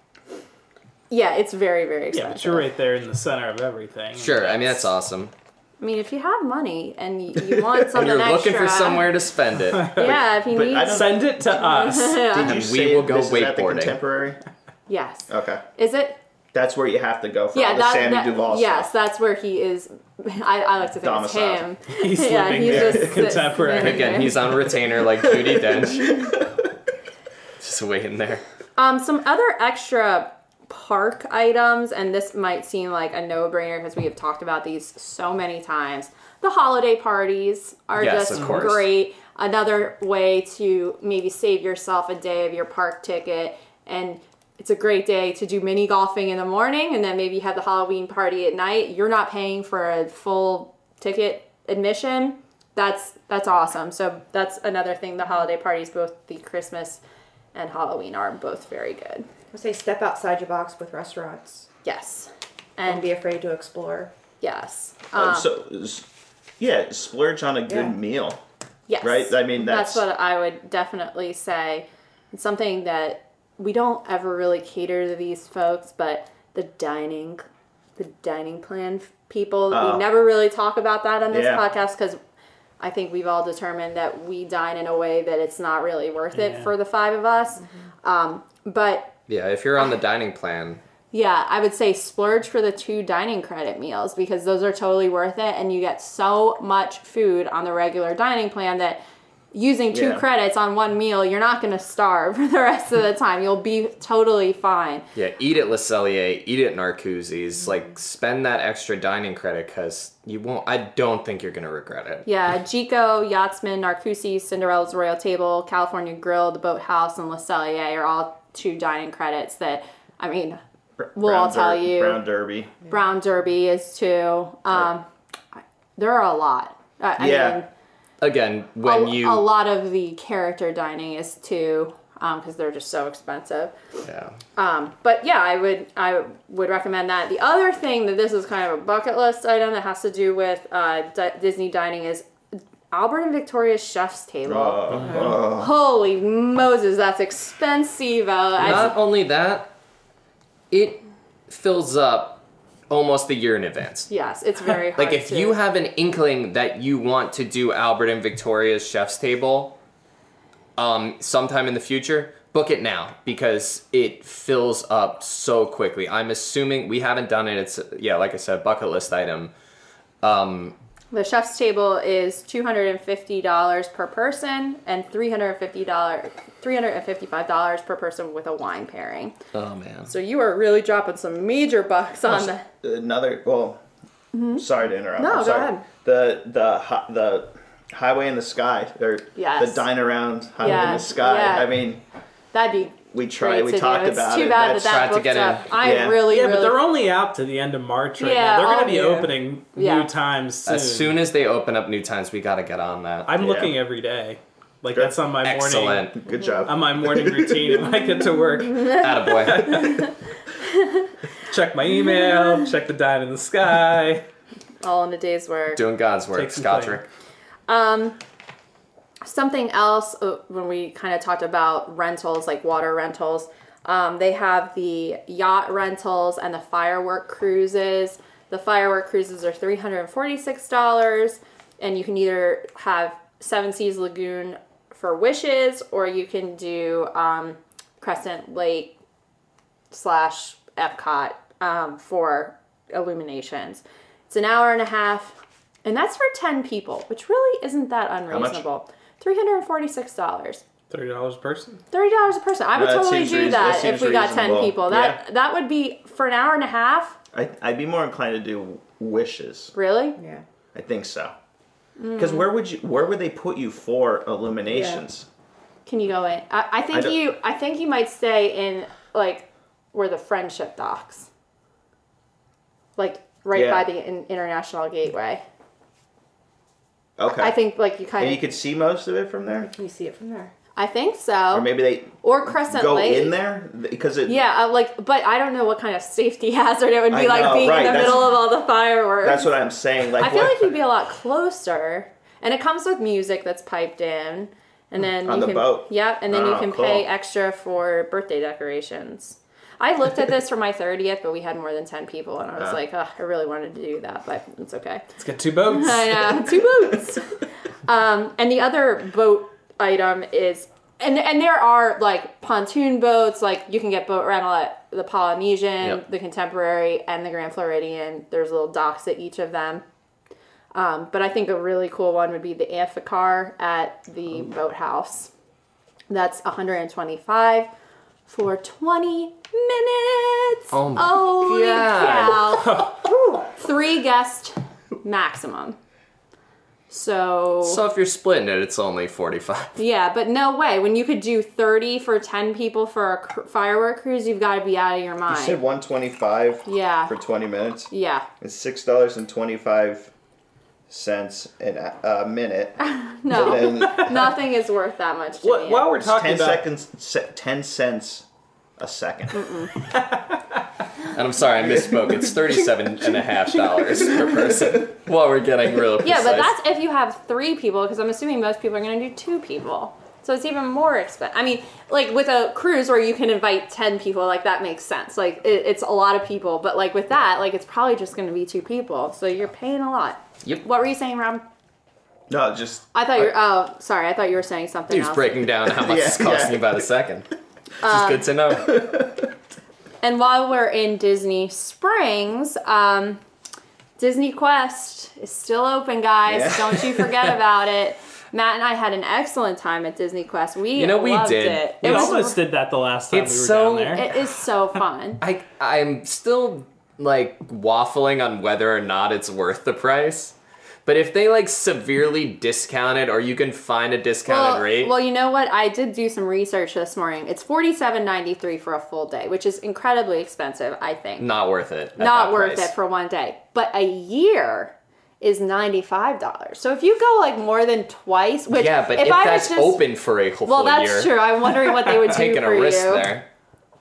A: yeah, it's very very
B: Yeah,
A: expensive.
B: but you're right there in the center of everything.
D: Sure, I mean that's awesome.
A: I mean, if you have money and you, you want something
D: You're looking for
A: extra-
D: somewhere to spend it.
A: Yeah, if you
C: But
A: need.
C: I don't-
B: Send it to us.
A: Yeah.
C: Did you
D: we
C: say
D: will go
C: this is at the
D: wakeboarding.
C: contemporary?
A: yes.
C: Okay,
A: Is it?
C: that's where you have to go for all
A: Yeah,
C: the
A: that,
C: Sammy
A: that-
C: Duval
A: yes,
C: stuff.
A: that's where he is. I, I like to think
C: Domiciled.
A: it's him.
B: He's
A: Yeah,
B: living
A: he's
B: there.
A: just sits
B: Contemporary.
A: there.
D: Again, he's on retainer like Judy Dench. Just waiting there.
A: Um, some other extra park items, and this might seem like a no-brainer because we have talked about these so many times. The holiday parties are
D: Yes,
A: just
D: of course.
A: great. Another way to maybe save yourself a day of your park ticket, and it's a great day to do mini golfing in the morning, and then maybe you have the Halloween party at night. You're not paying for a full ticket admission. That's that's awesome. So that's another thing. The holiday parties, both the Christmas and Halloween, are both very good.
E: I say step outside your box with restaurants
A: Yes.
E: and
A: And
E: be afraid to explore.
A: yes.
C: Oh,
A: Um,
C: so, s- yeah, splurge on a good
E: Yeah.
C: meal.
A: yes.
C: right? I mean, that's-
A: what I would definitely say. It's something that we don't ever really cater to these folks, but the dining, the dining plan f- people,
C: Oh.
A: we never really talk about that on this
C: Yeah.
A: podcast because I think we've all determined that we dine in a way that it's not really worth it
B: Yeah.
A: for the five of us. Um, but
D: Yeah, if you're on the dining plan,
A: Yeah, I would say splurge for the two dining credit meals because those are totally worth it and you get so much food on the regular dining plan that using two
C: Yeah.
A: credits on one meal, you're not going to starve for the rest of the time. You'll be totally fine.
D: yeah, eat at Le Cellier, eat at Narcoosie's, like spend that extra dining credit because you won't. I don't think you're gonna regret it.
A: Yeah, Jico, Yachtsman, Narcusi, Cinderella's Royal Table, California Grill, The Boathouse, and Le Cellier are all two dining credits that, I mean, Well, I'll
C: Brown
A: tell you.
C: Brown Derby.
A: Brown Derby is two. Um, there are a lot. I, I
C: Yeah.
A: mean,
D: Again, when
A: a,
D: you
A: a lot of the character dining is too. because they're just so expensive.
D: Yeah.
A: Um, but yeah, I would I would recommend that. The other thing that this is kind of a bucket list item that has to do with uh, Di- Disney dining is Albert and Victoria's chef's table.
C: Oh,
A: Holy Moses, that's expensive.
D: Not only that, it fills up almost a year in advance.
A: yes, it's very hard.
D: Like if
A: to-
D: you have an inkling that you want to do Albert and Victoria's Chef's Table, um, sometime in the future, book it now because it fills up so quickly. I'm assuming we haven't done it. It's yeah, like I said, bucket list item. Um,
A: the chef's table is two hundred and fifty dollars per person and three hundred and fifty dollars, three hundred and fifty-five dollars per person with a wine pairing.
D: oh man,
A: So you are really dropping some major bucks on the.
C: Uh, another. Well, sorry to
A: Mm-hmm.
C: interrupt.
A: No,
C: I'm
A: go
C: sorry.
A: ahead.
C: The the hi- the highway in the sky or
A: Yes.
C: the dine around highway in the
A: Yes,
C: sky.
A: yeah.
C: I mean,
A: That'd be
C: we tried.
A: great
C: We
A: to do.
C: talked
A: It's
C: about
A: too
C: it.
A: bad that
C: That's-
D: Tried
A: that
D: to
A: booked
D: get in.
A: up. I
C: Yeah.
A: really,
B: Yeah,
A: really.
B: but they're only out to the end of March right
A: Yeah,
B: now. They're going
A: all
B: to be
A: year.
B: opening
A: Yeah.
B: new times soon.
D: as soon as they open up new times, we gotta get on that.
B: I'm
C: Yeah.
B: looking every day. Like
C: Good.
B: that's on my morning.
D: Excellent,
C: Good
A: Mm-hmm.
C: job.
B: On my morning routine, if I get to work,
D: attaboy.
B: check my email, check the dime in the sky.
A: all in a day's work.
D: Doing God's work,
B: Take some time.
D: Scottrick.
A: Something else uh, when we kind of talked about rentals, like water rentals, um, they have the yacht rentals and the firework cruises. The firework cruises are three hundred and forty-six dollars, and you can either have Seven Seas Lagoon for wishes, or you can do um, Crescent Lake slash Epcot um, for illuminations. It's an hour and a half, and that's for 10 people, which really isn't that unreasonable. $346.
B: Thirty dollars a person.
A: $30 a person. I would
C: No, that
A: totally
C: seems
A: do
C: reas-
A: that
C: that
A: if
C: seems
A: we got 10
C: reasonable.
A: people. That that would be for an hour and a half,
C: I, I'd be more inclined to do wishes.
A: really?
E: Yeah.
C: I think so.
A: Mm.
C: Because where would you? Where would they put you for illuminations?
A: Can you go in? I, I think
C: don't-
A: you I think you might stay in like where the friendship docks. Like right
C: Yeah.
A: by the in, international gateway.
C: Okay.
A: I think like you kind of
C: and you could see most of it from there,
E: Can you see it from there?
A: I think so.
C: or maybe they
A: or Crescent
C: go
A: Lake.
C: in there because it.
A: Yeah, uh, like, but I don't know what kind of safety hazard it would be
C: I
A: like
C: know,
A: being
C: right,
A: in the
C: that's-
A: middle of all the fireworks.
C: That's what I'm saying. Like,
A: I feel
C: what-
A: like you'd be a lot closer, and it comes with music that's piped in, and then
C: Hmm, On
A: you
C: the
A: can,
C: boat.
A: Yep, and then you
C: Oh,
A: can
C: cool.
A: pay extra for birthday decorations. I looked at this for my thirtieth, but we had more than ten people, and I was
C: Uh.
A: like, Ugh, I really wanted to do that, but it's okay.
B: Let's get two boats.
A: I know, two boats. Um, and the other boat item is, and and there are like pontoon boats. Like you can get boat rental at the Polynesian,
D: Yep.
A: the Contemporary, and the Grand Floridian. There's little docks at each of them. Um, but I think a really cool one would be the Amphicar at
D: Oh.
A: the boathouse. That's 125 for 20 minutes.
D: Oh my
A: Holy
D: God.
A: cow. Three guest maximum. So,
D: So if you're splitting it, it's only 45.
A: yeah, but no way. When you could do 30 for 10 people for a cr- firework cruise, you've got to be out of your
C: you
A: mind.
C: said 125
A: Yeah.
C: for 20 minutes.
A: yeah.
C: It's six dollars and 25 cents an a a minute.
A: No.
C: And then
A: Nothing is worth that much to
B: Wh-
A: me.
B: While we're talking
C: 10
B: about
C: seconds, se- 10 cents a second.
D: And I'm sorry, I misspoke. It's thirty-seven and a half dollars per person. While we're getting real
A: Yeah,
D: precise.
A: but that's if you have three people, because I'm assuming most people are going to do two people. So it's even more expensive. I mean, like with a cruise where you can invite 10 people, like that makes sense. Like it, it's a lot of people. But like with that, like it's probably just going to be two people. So you're paying a lot.
D: Yep.
A: What were you saying, Rob?
C: No, just
A: I thought you were, oh, sorry. I thought you were saying something
D: He was
A: else.
D: breaking down how much
C: Yeah,
D: it's costing
C: yeah.
D: you by the second. It's just good to
A: Um,
D: know.
A: And while we're in Disney Springs, um, Disney Quest is still open, guys.
C: Yeah.
A: Don't you forget about it. Matt and I had an excellent time at Disney Quest. We
D: You know, we
A: loved
D: did.
A: it.
B: we
A: it was-
B: almost did that the last time
D: It's
B: we were
D: so-
B: down there.
A: It is so fun.
D: I I'm still like waffling on whether or not it's worth the price. But if they like severely discount it, or you can find a discounted
A: well,
D: rate,
A: well, you know what? I did do some research this morning. It's forty seven ninety three for a full day, which is incredibly expensive. I think
D: not worth it. at
A: not
D: that
A: worth
D: price.
A: it for one day, but a year is $95. So if you go like more than twice, which
D: yeah, but if,
A: I was
D: that's
A: just-
D: open for a whole
A: well,
D: full
A: that's
D: year,
A: true. I'm wondering what they would do
D: taking a
A: for
D: risk
A: you.
D: there.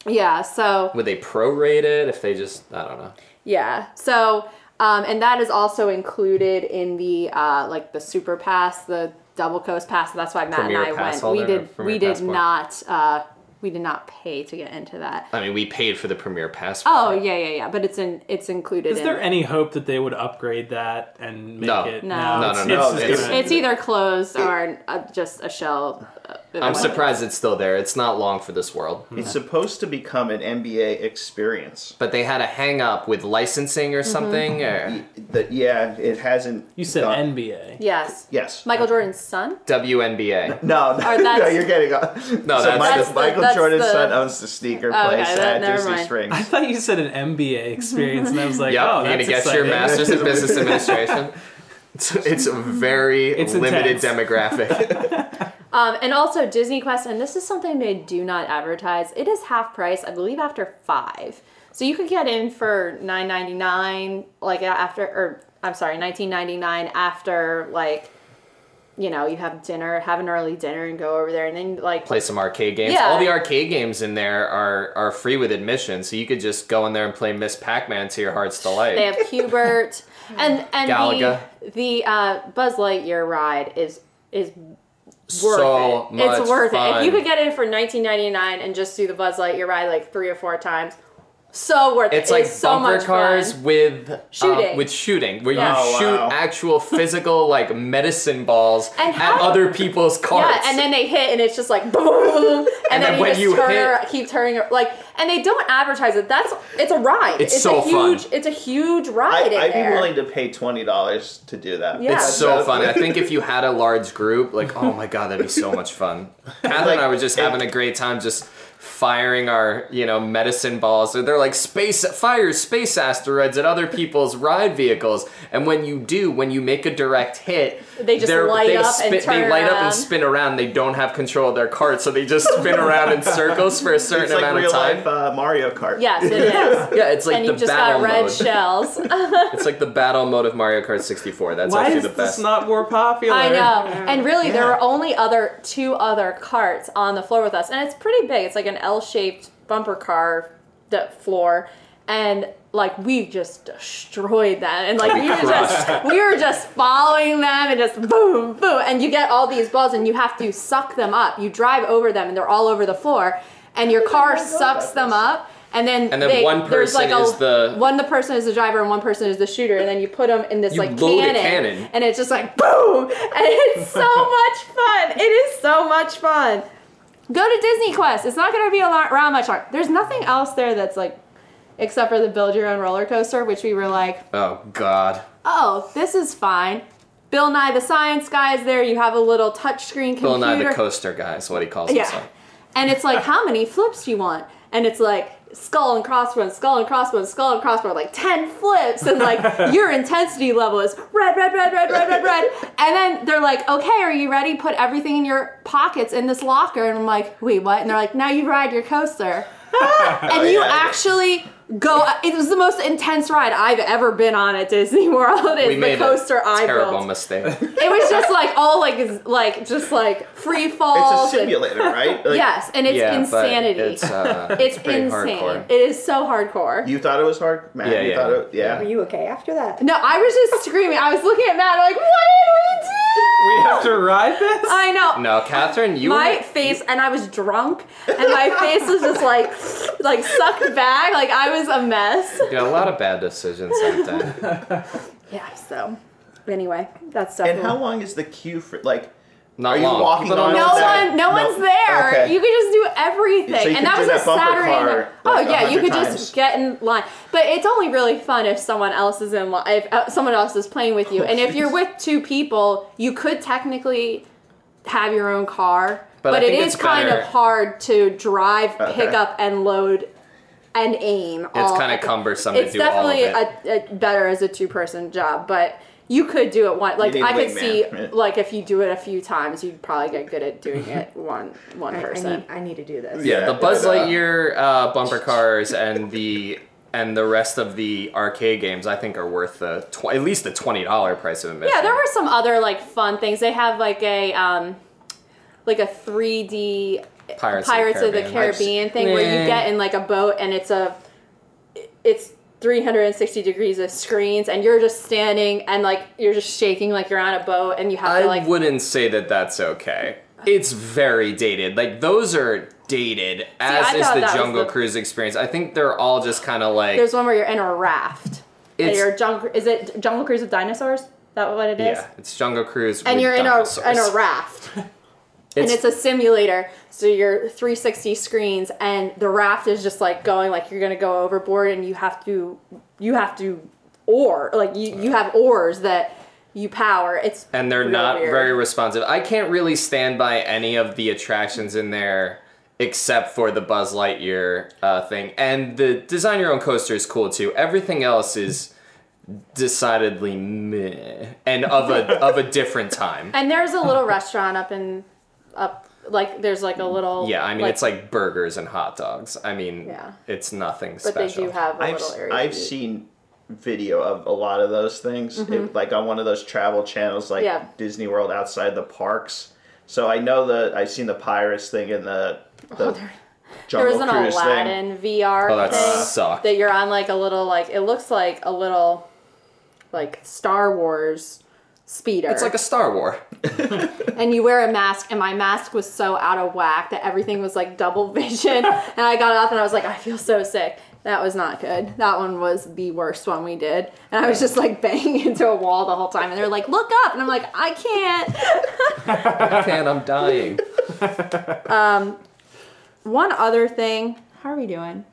A: Yeah, so
D: Would they prorate it if they just? I don't know.
A: Yeah. So, um, and that is also included in the uh, like the super pass, the double coast pass. That's why Matt
D: Premier
A: and I went.
D: pass holder
A: We
D: or
A: did.
D: premier
A: We did
D: passport?
A: not. Uh, we did not pay to get into that.
D: I mean, we paid for the premier pass.
A: Oh yeah, yeah, yeah. But it's in. It's included.
B: Is
A: in,
B: there any hope that they would upgrade that and make
D: No.
B: it?
A: No.
D: No,
B: it's-
D: no,
B: it's
D: no.
B: just
D: It's-
B: gonna-
A: It's either closed or uh, just a shell. uh,
D: I'm surprised it's still there. It's not long for this world.
C: It's supposed to become an NBA experience.
D: But they had a hang up with licensing
A: Mm-hmm.
D: or something. Or
C: That yeah, it hasn't.
B: You said
C: gone-
B: NBA.
A: Yes.
C: Yes.
A: Michael Jordan's son.
D: WNBA.
C: No,
A: Or
C: no,
A: that's-
C: you're getting no.
D: No,
C: so
D: that's
C: Michael,
A: the-
C: Michael
A: that's
C: Jordan's
A: the-
C: son owns the sneaker
A: Okay,
C: place
A: that-
C: at
A: never
C: Disney
A: mind.
B: I
C: Springs.
B: thought you said an MBA experience, and I was like,
D: Yep,
B: oh,
D: you're gonna
B: that's
D: get your
B: exciting.
D: master's in business administration. It's, it's a very
B: It's
D: limited
B: intense.
D: demographic.
A: Um, and also Disney Quest, and this is something they do not advertise. It is half price, I believe, after five. So you could get in for nine ninety nine, like a- after, or I'm sorry, nineteen ninety nine after, like, you know, you have dinner, have an early dinner, and go over there, and then like,
D: Play some arcade games.
A: Yeah.
D: All the arcade games in there are are free with admission, so you could just go in there and play Miss Pac-Man to your heart's delight.
A: they have Hubert, and and
D: Galaga.
A: the the uh, Buzz Lightyear ride is is worth
D: so
A: it.
D: much
A: it's worth it.
D: fun.
A: If you could get in for 19.99 and just do the Buzz Lightyear ride like three or four times, so worth
D: It's
A: it.
D: like
A: so
D: bumper
A: much
D: cars
A: Fun.
D: with um,
A: Shooting.
D: with shooting, where you
C: Oh,
D: shoot
C: wow.
D: actual physical like medicine balls
A: And
D: at
A: how-
D: other people's cars.
A: Yeah, and then they hit, and it's just like boom, and,
D: then
A: then, you
D: when
A: just
D: you
A: turn,
D: hit-
A: ar- keep turning, ar- like, and they don't advertise it. That's it's a ride.
D: It's so
A: a
D: fun.
A: huge, It's a huge ride.
C: I,
A: in
C: I'd be
A: there.
C: willing to pay twenty dollars to do that.
A: Yeah.
D: It's so fun. I think if you had a large group, like, oh my god, that'd be so much fun. Catherine and I were just having a great time just firing our, you know, medicine balls. So they're like space fire space asteroids at other people's ride vehicles. And when you do, when you make a direct hit,
A: They just
D: they're-
A: light up and
D: they
A: turn
D: light up
A: around.
D: and spin around. They don't have control of their cart, so they just spin around in circles for a certain
C: It's like
D: amount
C: real
D: of time.
C: life uh, Mario Kart.
A: Yes, it is.
D: Yeah, it's like
A: and
D: the
A: you just
D: battle
A: got red
D: mode.
A: shells.
D: It's like the battle mode of Mario Kart 64. That's
B: Why
D: actually
B: is
D: the
B: this
D: best.
B: not more popular?
A: I know. And really, there
C: Yeah.
A: were only other two other carts on the floor with us, and it's pretty big. It's like an L-shaped bumper car the floor, and like we just destroyed them, and like we were just we were just following them, and just boom, boom, and you get all these balls, and you have to suck them up. You drive over them, and they're all over the floor, and your car sucks them up. And then,
D: And then
A: they-
D: one
A: there's, like,
D: person
A: a-
D: is the-
A: one the person is the driver and one person is the shooter and then you put them in this
D: You
A: like
D: load a
A: cannon,
D: cannon.
A: and it's just like boom and it's so much fun it is so much fun go to disney quest it's not going to be a lot- around much longer there's nothing else there that's like except for the build your own roller coaster which we were like
D: Oh god.
A: oh this is fine bill nye the science guy is there you have a little touchscreen computer
D: Bill Nye the Coaster Guy is what he calls
A: yeah.
D: himself.
A: And it's like, how many flips do you want? And it's like, skull and crossbones, skull and crossbones, skull and crossbones, like 10 flips. And like, your intensity level is red, red, red, red, red, red, red. And then they're like, okay, are you ready? Put everything in your pockets in this locker. And I'm like, wait, what? And they're like, now you ride your coaster. and you
C: yeah.
A: actually go, it was the most intense ride I've ever been on at Disney World. Is
D: We
A: the
D: made
A: coaster
D: a
A: I
D: terrible
A: built.
D: mistake.
A: It was just like all like, z- like, just like free falls.
C: It's a
A: and-
C: simulator, right? Like,
A: yes, and it's
D: yeah,
A: insanity.
D: But
A: It's,
D: it's uh, pretty
A: insane.
D: hardcore.
A: It is so hardcore.
C: You thought it was hard, Matt.
D: Yeah,
C: you
D: yeah.
C: Thought it, yeah.
E: Are you okay after that?
A: no, I was just screaming. I was looking at Matt like, what did we do?
B: We have to ride this.
A: I know.
D: no, Catherine, you
A: My
D: were,
A: face, and I was drunk, and my face was just like, like sucked back. Like I was a mess.
D: you had a lot of bad decisions out there.
A: Yeah. So, anyway, that's
C: And
A: definitely.
C: how long is the queue for? Like,
D: Not
C: are you
D: long.
C: walking
D: People don't
C: on?
A: no
D: know
C: that?
A: one, no, one's there.
C: Okay.
A: You could just do everything,
C: So you
A: and
C: could
A: that
C: do
A: was
C: that
A: a
C: bumper
A: Saturday.
C: car,
A: night.
C: like,
A: oh yeah, you
C: 100
A: could
C: times.
A: just get in line. But it's only really fun if someone else is in line, if uh, someone else is playing with
C: Oh,
A: you, and if you're with two people, you could technically have your own car.
D: But
A: But,
D: I
A: it
D: think
A: is
D: it's
A: kind
D: better-
A: of hard to drive,
C: Okay.
A: pick up, and load. And aim.
D: It's
A: all
D: kind of
A: at the-
D: cumbersome
A: It's
D: to do all of
A: definitely
D: it.
A: A, a better as a two-person job, but you could do it one. Like
C: need a
A: I could
C: wingman,
A: see,
C: right?
A: like if you do it a few times, you'd probably get good at doing it one one
E: I, I
A: person.
E: need, I need to do this.
D: yeah,
C: Yeah,
D: the Buzz
C: but, uh,
D: Lightyear uh, bumper cars and the and the rest of the arcade games I think are worth the tw- at least the twenty dollar price of admission.
A: Yeah, there were some other like fun things. They have like a um, like a 3D
D: Pirates of the
A: Pirates of the
D: Caribbean. I've s-
A: Caribbean thing where you
D: Nah.
A: get in like a boat and it's a it's 360 degrees of screens and you're just standing and like you're just shaking like you're on a boat and you have
D: I
A: to like
D: wouldn't say that that's okay. It's very dated. Like those are dated, as
A: I
D: is
A: thought
D: the
A: that was
D: Jungle
A: the-
D: Cruise experience. I think they're all just kind of like
A: there's one where you're in a raft. and
D: It's-
A: you're jungle is it Jungle Cruise with dinosaurs? Is that what it is?
D: yeah, it's Jungle Cruise,
A: And
D: with
A: you're in a
D: dinosaurs.
A: in a raft. and
D: It's-
A: it's a simulator so you're 360 screens and the raft is just like going like you're gonna go overboard and you have to you have to oar like you, you have oars that you power it's
D: and they're
A: real
D: not
A: weird.
D: very responsive. I can't really stand by any of the attractions in there except for the Buzz Lightyear uh, thing. And the design your own coaster is cool too. Everything else is decidedly meh and of a of a different time.
A: and there's a little restaurant up in up like there's like a little
D: Yeah, I mean it's like burgers and hot dogs. I mean,
A: Yeah.
D: it's nothing
A: but
D: special.
A: they do have a
C: I've,
A: little
C: s-
A: area
C: I've
A: to eat.
C: seen video of a lot of those things, It- like on one of those travel channels, like
A: Mm-hmm. Yeah.
C: Disney World outside the parks. So I know the I've seen the pirates thing and the the
A: Oh, there was
C: jungle
A: an
C: cruise thing.
A: Aladdin VR
D: Oh, that
A: thing
D: sucked.
A: that you're on like a little like it looks like a little like Star Wars speeder
D: It's like a Star War.
A: and you wear a mask and my mask was so out of whack that everything was like double vision and i got off and i was like i feel so sick that was not good that one was the worst one we did and i was just like banging into a wall the whole time and they're like look up and i'm like i can't
D: Man, I'm dying.
A: one other thing how are we doing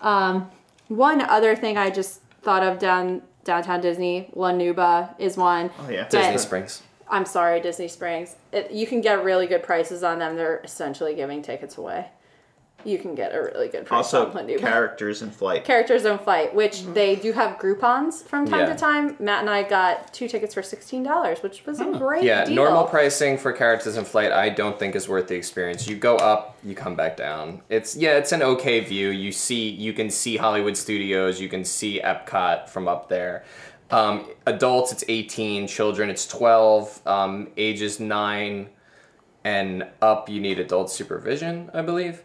A: um one other thing i just thought of down downtown disney la nuba is one.
C: Oh yeah,
D: Disney
A: But-
D: Springs.
A: i'm sorry disney springs it, you can get really good prices on them they're essentially giving tickets away you can get a really good price
C: Also,
A: on La Nuba.
C: characters in flight.
A: characters don't fight, which they do have Groupon's from time to
D: Yeah.
A: time. Matt and I got two tickets for sixteen dollars, which was a great
D: Yeah,
A: deal.
D: normal pricing for characters in flight, I don't think is worth the experience. You go up, you come back down. It's yeah, it's an okay view. You see, you can see Hollywood Studios, you can see Epcot from up there. Um, adults, it's eighteen. Children, it's twelve. Um, ages nine and up, you need adult supervision, I believe.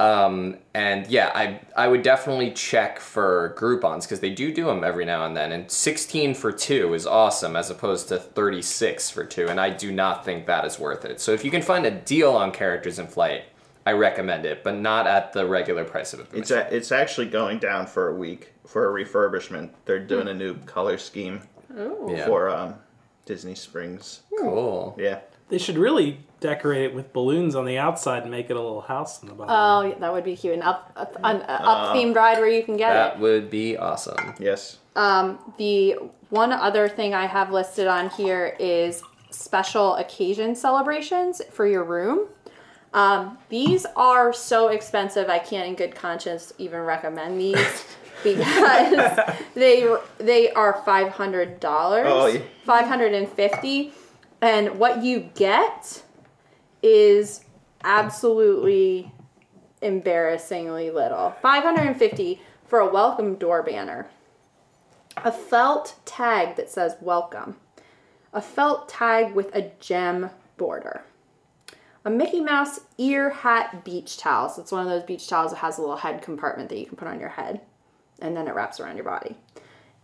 D: Um, and yeah, I I would definitely check for Groupon's because they do do them every now and then. And 16 for two is awesome as opposed to 36 for two. And I do not think that is worth it. So if you can find a deal on characters in flight, I recommend it, but not at the regular price of
C: It's
D: admission.
C: a, it's actually going down for a week for a refurbishment. They're doing
A: Hmm.
C: a new color scheme
D: yeah.
C: for um, Disney Springs.
D: cool.
C: Yeah,
B: They should really decorate it with balloons on the outside and make it a little house in the bottom.
A: Oh, yeah, that would be cute. An up, up an
D: Uh,
A: up themed ride where you can get
D: That would be awesome.
C: yes.
A: it. The one other thing I have listed on here is special occasion celebrations for your room. Um, these are so expensive. I can't, in good conscience, even recommend these because they they are five hundred dollars.
C: Oh, yeah.
A: 550 and what you get is absolutely embarrassingly little 550 for a welcome door banner a felt tag that says welcome a felt tag with a gem border a Mickey Mouse ear hat beach towel. So it's one of those beach towels that has a little head compartment that you can put on your head and then it wraps around your body.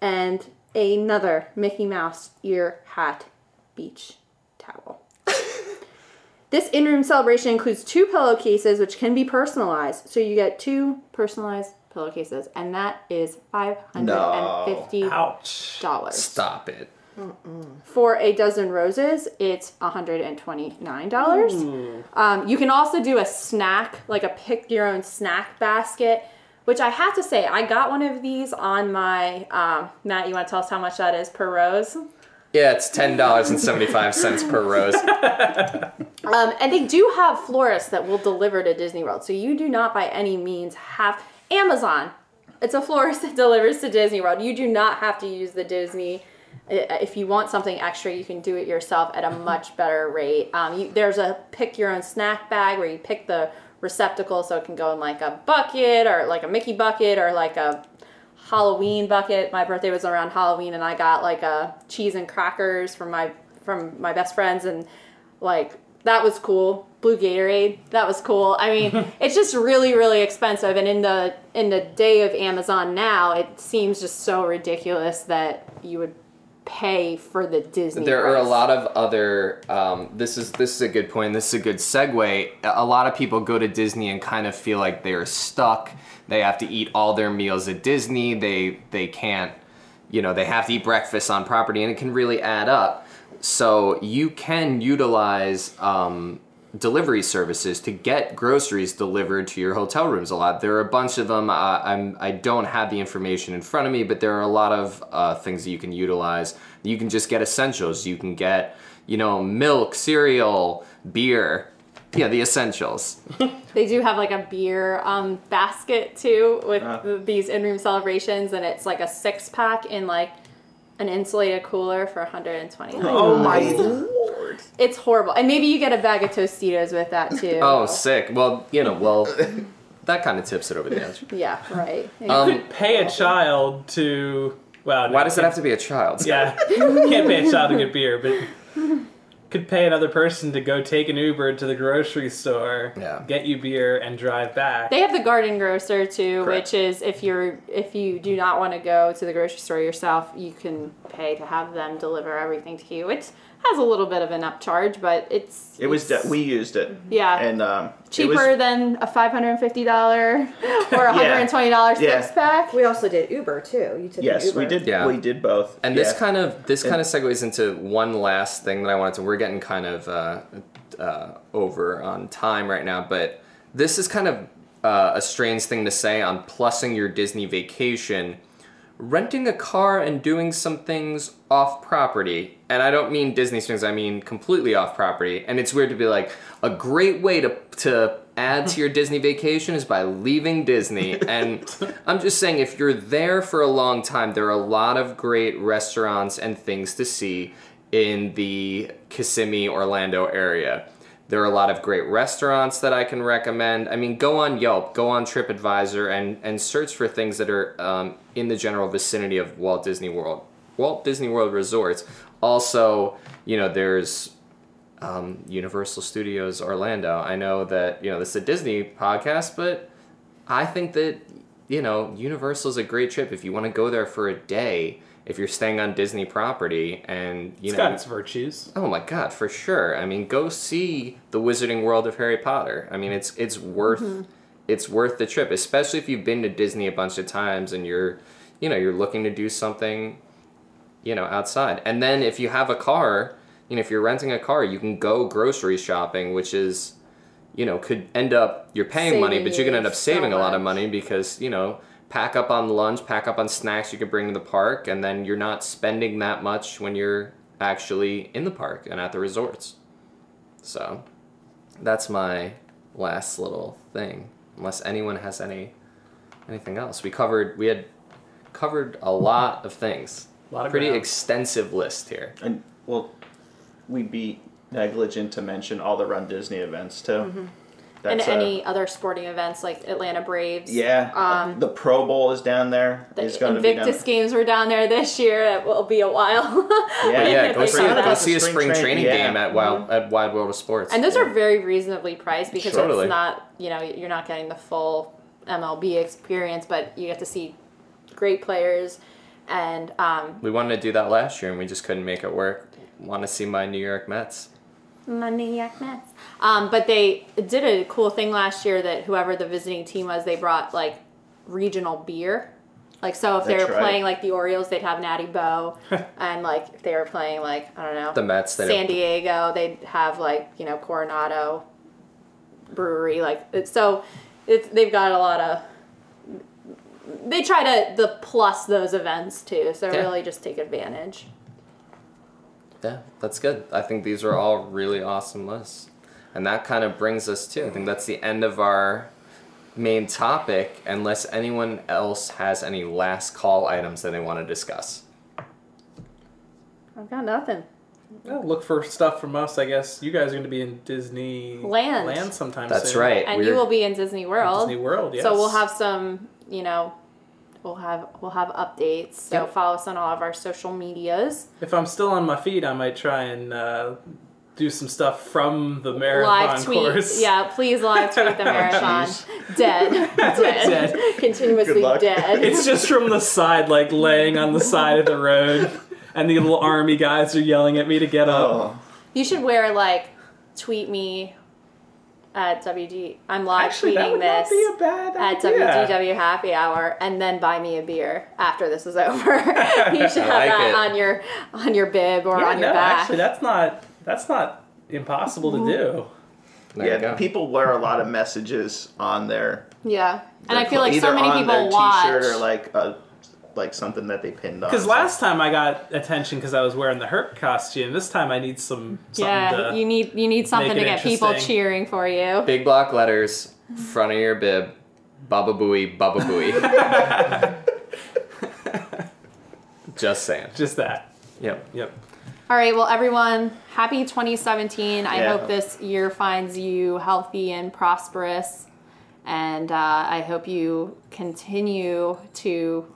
A: And another Mickey Mouse ear hat beach towel. this in room celebration includes two pillowcases, which can be personalized. So you get two personalized pillowcases, and that is $550.
B: Ouch.
D: Stop it.
A: For a dozen roses, it's $129. Um, you can also do a snack, like a pick your own snack basket, which I have to say, I got one of these on my. Um, Matt, you want to tell us how much that is per rose?
D: Yeah, it's ten dollars and seventy-five cents per rose.
A: Um, and they do have florists that will deliver to Disney World. So you do not by any means have Amazon. It's a florist that delivers to Disney World. You do not have to use the Disney. I- If you want something extra, you can do it yourself at a much better rate. Um, you, there's a pick your own snack bag where you pick the receptacle so it can go in like a bucket or like a Mickey bucket or like a Halloween bucket. My birthday was around Halloween, and I got like a cheese and crackers from my from my best friends, and like that was cool. Blue Gatorade, that was cool. I mean, it's just really, really expensive, and in the in the day of Amazon now, it seems just so ridiculous that you would pay for the Disney.
D: There are a
A: price.
D: lot of other. Um, this is this is a good point. This is a good segue. A lot of people go to Disney and kind of feel like they're stuck. They have to eat all their meals at Disney. They they can't. You know they have to eat breakfast on property, and it can really add up. So you can utilize um, delivery services to get groceries delivered to your hotel rooms a lot. There are a bunch of them. Uh, I'm, I don't have the information in front of me, but there are a lot of uh, things that you can utilize. You can just get essentials. You can get, you know, milk, cereal, beer. Yeah, the essentials.
A: They do have like a beer um, basket too with
C: Uh-huh.
A: th- these in room celebrations, and it's like a six pack in like an insulated cooler for 120.
C: Oh my lord!
A: It's horrible. And maybe you get a bag of Tostitos with that too.
D: Oh, sick. Well, you know, well, that kind of tips it over the edge.
A: yeah, right.
D: Um,
B: Pay a child to. Wow.
D: why does it have to be a child?
B: Yeah, can't pay a child to get beer, but could pay another person to go take an Uber to the grocery store,
D: Yeah.
B: get you beer, and drive back.
A: They have the garden grocer too,
D: Correct.
A: which is if you're if you do not want to go to the grocery store yourself, you can pay to have them deliver everything to you. It has a little bit of an upcharge, but it's
C: It was
A: it's-
C: de- we used it.
A: Mm-hmm. Yeah.
C: and um,
A: cheaper
C: It was,
A: than a five hundred and fifty dollar or a hundred and twenty dollar
C: Yeah.
A: six pack.
E: We also did Uber too. You took an
C: yes,
E: Uber.
C: we did.
D: Yeah.
C: we did both.
D: And
C: Yeah.
D: this kind of this kind of segues into one last thing that I wanted to. We're getting kind of uh, uh, over on time right now, but this is kind of uh, a strange thing to say on plussing your Disney vacation. Renting a car and doing some things off property, and I don't mean Disney things. I mean completely off property. And it's weird to be like a great way to to add to your Disney vacation is by leaving Disney. And I'm just saying, if you're there for a long time, there are a lot of great restaurants and things to see in the Kissimmee, Orlando area. There are a lot of great restaurants that I can recommend. I mean, go on Yelp, go on TripAdvisor, and, and search for things that are um, in the general vicinity of Walt Disney World. Walt Disney World resorts. Also, you know, there's um, Universal Studios Orlando. I know that you know this is a Disney podcast, but I think that you know Universal is a great trip if you want to go there for a day. If you're staying on Disney property, and you
B: It's
D: know,
B: got its virtues.
D: oh my god, for sure. I mean, go see the Wizarding World of Harry Potter. I mean, it's it's worth it's worth the trip, especially if you've been to Disney a bunch of times and you're you know you're looking to do something you know outside. And then if you have a car, you know if you're renting a car, you can go grocery shopping, which is you know could end up you're paying money,
A: Saving
D: but you're gonna
A: you
D: end up
A: so
D: saving a lot of
A: much.
D: money because you know. Pack up on lunch, pack up on snacks you can bring to the park, and then you're not spending that much when you're actually in the park and at the resorts. So that's my last little thing. Unless anyone has any anything else, we covered we had covered a lot of things.
B: A lot of
D: pretty
B: ground.
D: extensive list here.
C: and well, we'd be negligent to mention all the Run Disney events too.
A: Mm-hmm. and
C: That's, uh,
A: any other sporting events like Atlanta Braves.
C: yeah,
A: Um,
C: the Pro Bowl is down there.
A: the
C: It's going to be down
A: Invictus games were down there this year. It will be a while.
C: Yeah.
D: But yeah, go
A: Like
D: see,
A: that.
D: go see a
C: Spring
D: spring
C: train-
D: training Mm-hmm.
C: yeah.
D: game at Wild at Wide World of Sports.
A: and those are very reasonably priced because
D: Totally.
A: it's not you know you're not getting the full MLB experience, but you get to see great players and um,
D: we wanted to do that last year and we just couldn't make it work. Want to see my New York Mets?
A: Money Yak Mets. Um, but they did a cool thing last year that whoever the visiting team was, they brought like regional beer. Like so, if they
C: That's
A: were
C: right.
A: playing like the Orioles, they'd have Natty Bow, and like if they were playing like I don't know
D: The Mets. They
A: San Diego, they'd have like you know Coronado Brewery, like it's, so. It's, they've got a lot of. They try to the plus those events too, so
D: Yeah.
A: really just take advantage.
D: Yeah, that's good. I think these are all really awesome lists. And that kind of brings us to, I think that's the end of our main topic, unless anyone else has any last call items that they want to discuss.
A: I've got nothing.
B: Well, look for stuff from us, I guess. You guys are going to be in Disney
A: Land.
B: land sometime
D: That's
B: soon.
D: right.
A: And
D: We're-
A: you will be in Disney World.
B: Disney World, yes.
A: So we'll have some, you know, We'll have we'll have updates. So
D: Yep.
A: follow us on all of our social medias.
B: If I'm still on my feet, I might try and uh, do some stuff from the marathon
A: Live tweet.
B: course.
A: Yeah, please live tweet the marathon. dead. Dead.
B: Dead.
A: Continuously
C: Good luck.
A: dead.
B: It's just from the side, like laying on the side of the road, and the little army guys are yelling at me to get up.
C: Oh,
A: You should wear like tweet me at WD. I'm live
B: Actually, that
A: tweeting
B: would not
A: this.
B: be a bad
A: at
B: idea.
A: WDW Happy Hour and then buy me a beer after this is over. you should have
D: like
A: that
D: it.
A: on your on your bib or
B: Yeah,
A: on your
B: no,
A: back.
B: actually, that's not that's not impossible to do.
D: There you
C: yeah.
D: go.
C: People wear a lot of messages on their.
A: yeah. And I
C: their
A: feel like so
C: either
A: many
C: on
A: people
C: their
A: watch.
C: T-shirt or like a, like something that they pinned on.
B: Because last time I got attention because I was wearing the Herc costume. This time I need some. Something
A: yeah,
B: to,
A: you need you need something
B: make
A: to
B: it
A: get people
B: interesting.
A: cheering for you.
D: Big block letters, front of your bib, Baba Booey, Baba Booey. Just saying.
B: just that.
D: Yep.
B: Yep.
A: All right, well everyone, happy 2017. I
C: Yeah.
A: hope this year finds you healthy and prosperous. And uh, I hope you continue to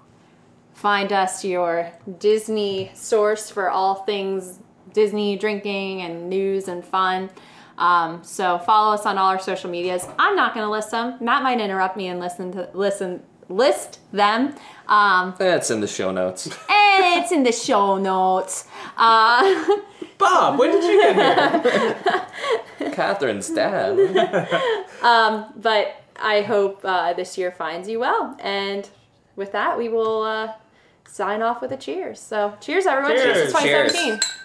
A: find us your Disney source for all things Disney drinking and news and fun. Um, so follow us on all our social medias. I'm not going to list them. Matt might interrupt me and listen to listen list them. Um,
D: That's in the show notes.
A: and it's in the show notes. Uh,
B: Bob, when did you get here?
D: Catherine's dad.
A: but I hope uh, this year finds you well. And with that, we will uh, sign off with a cheers. So cheers, everyone. Cheers,
B: Cheers.
A: to 2017.
D: Cheers.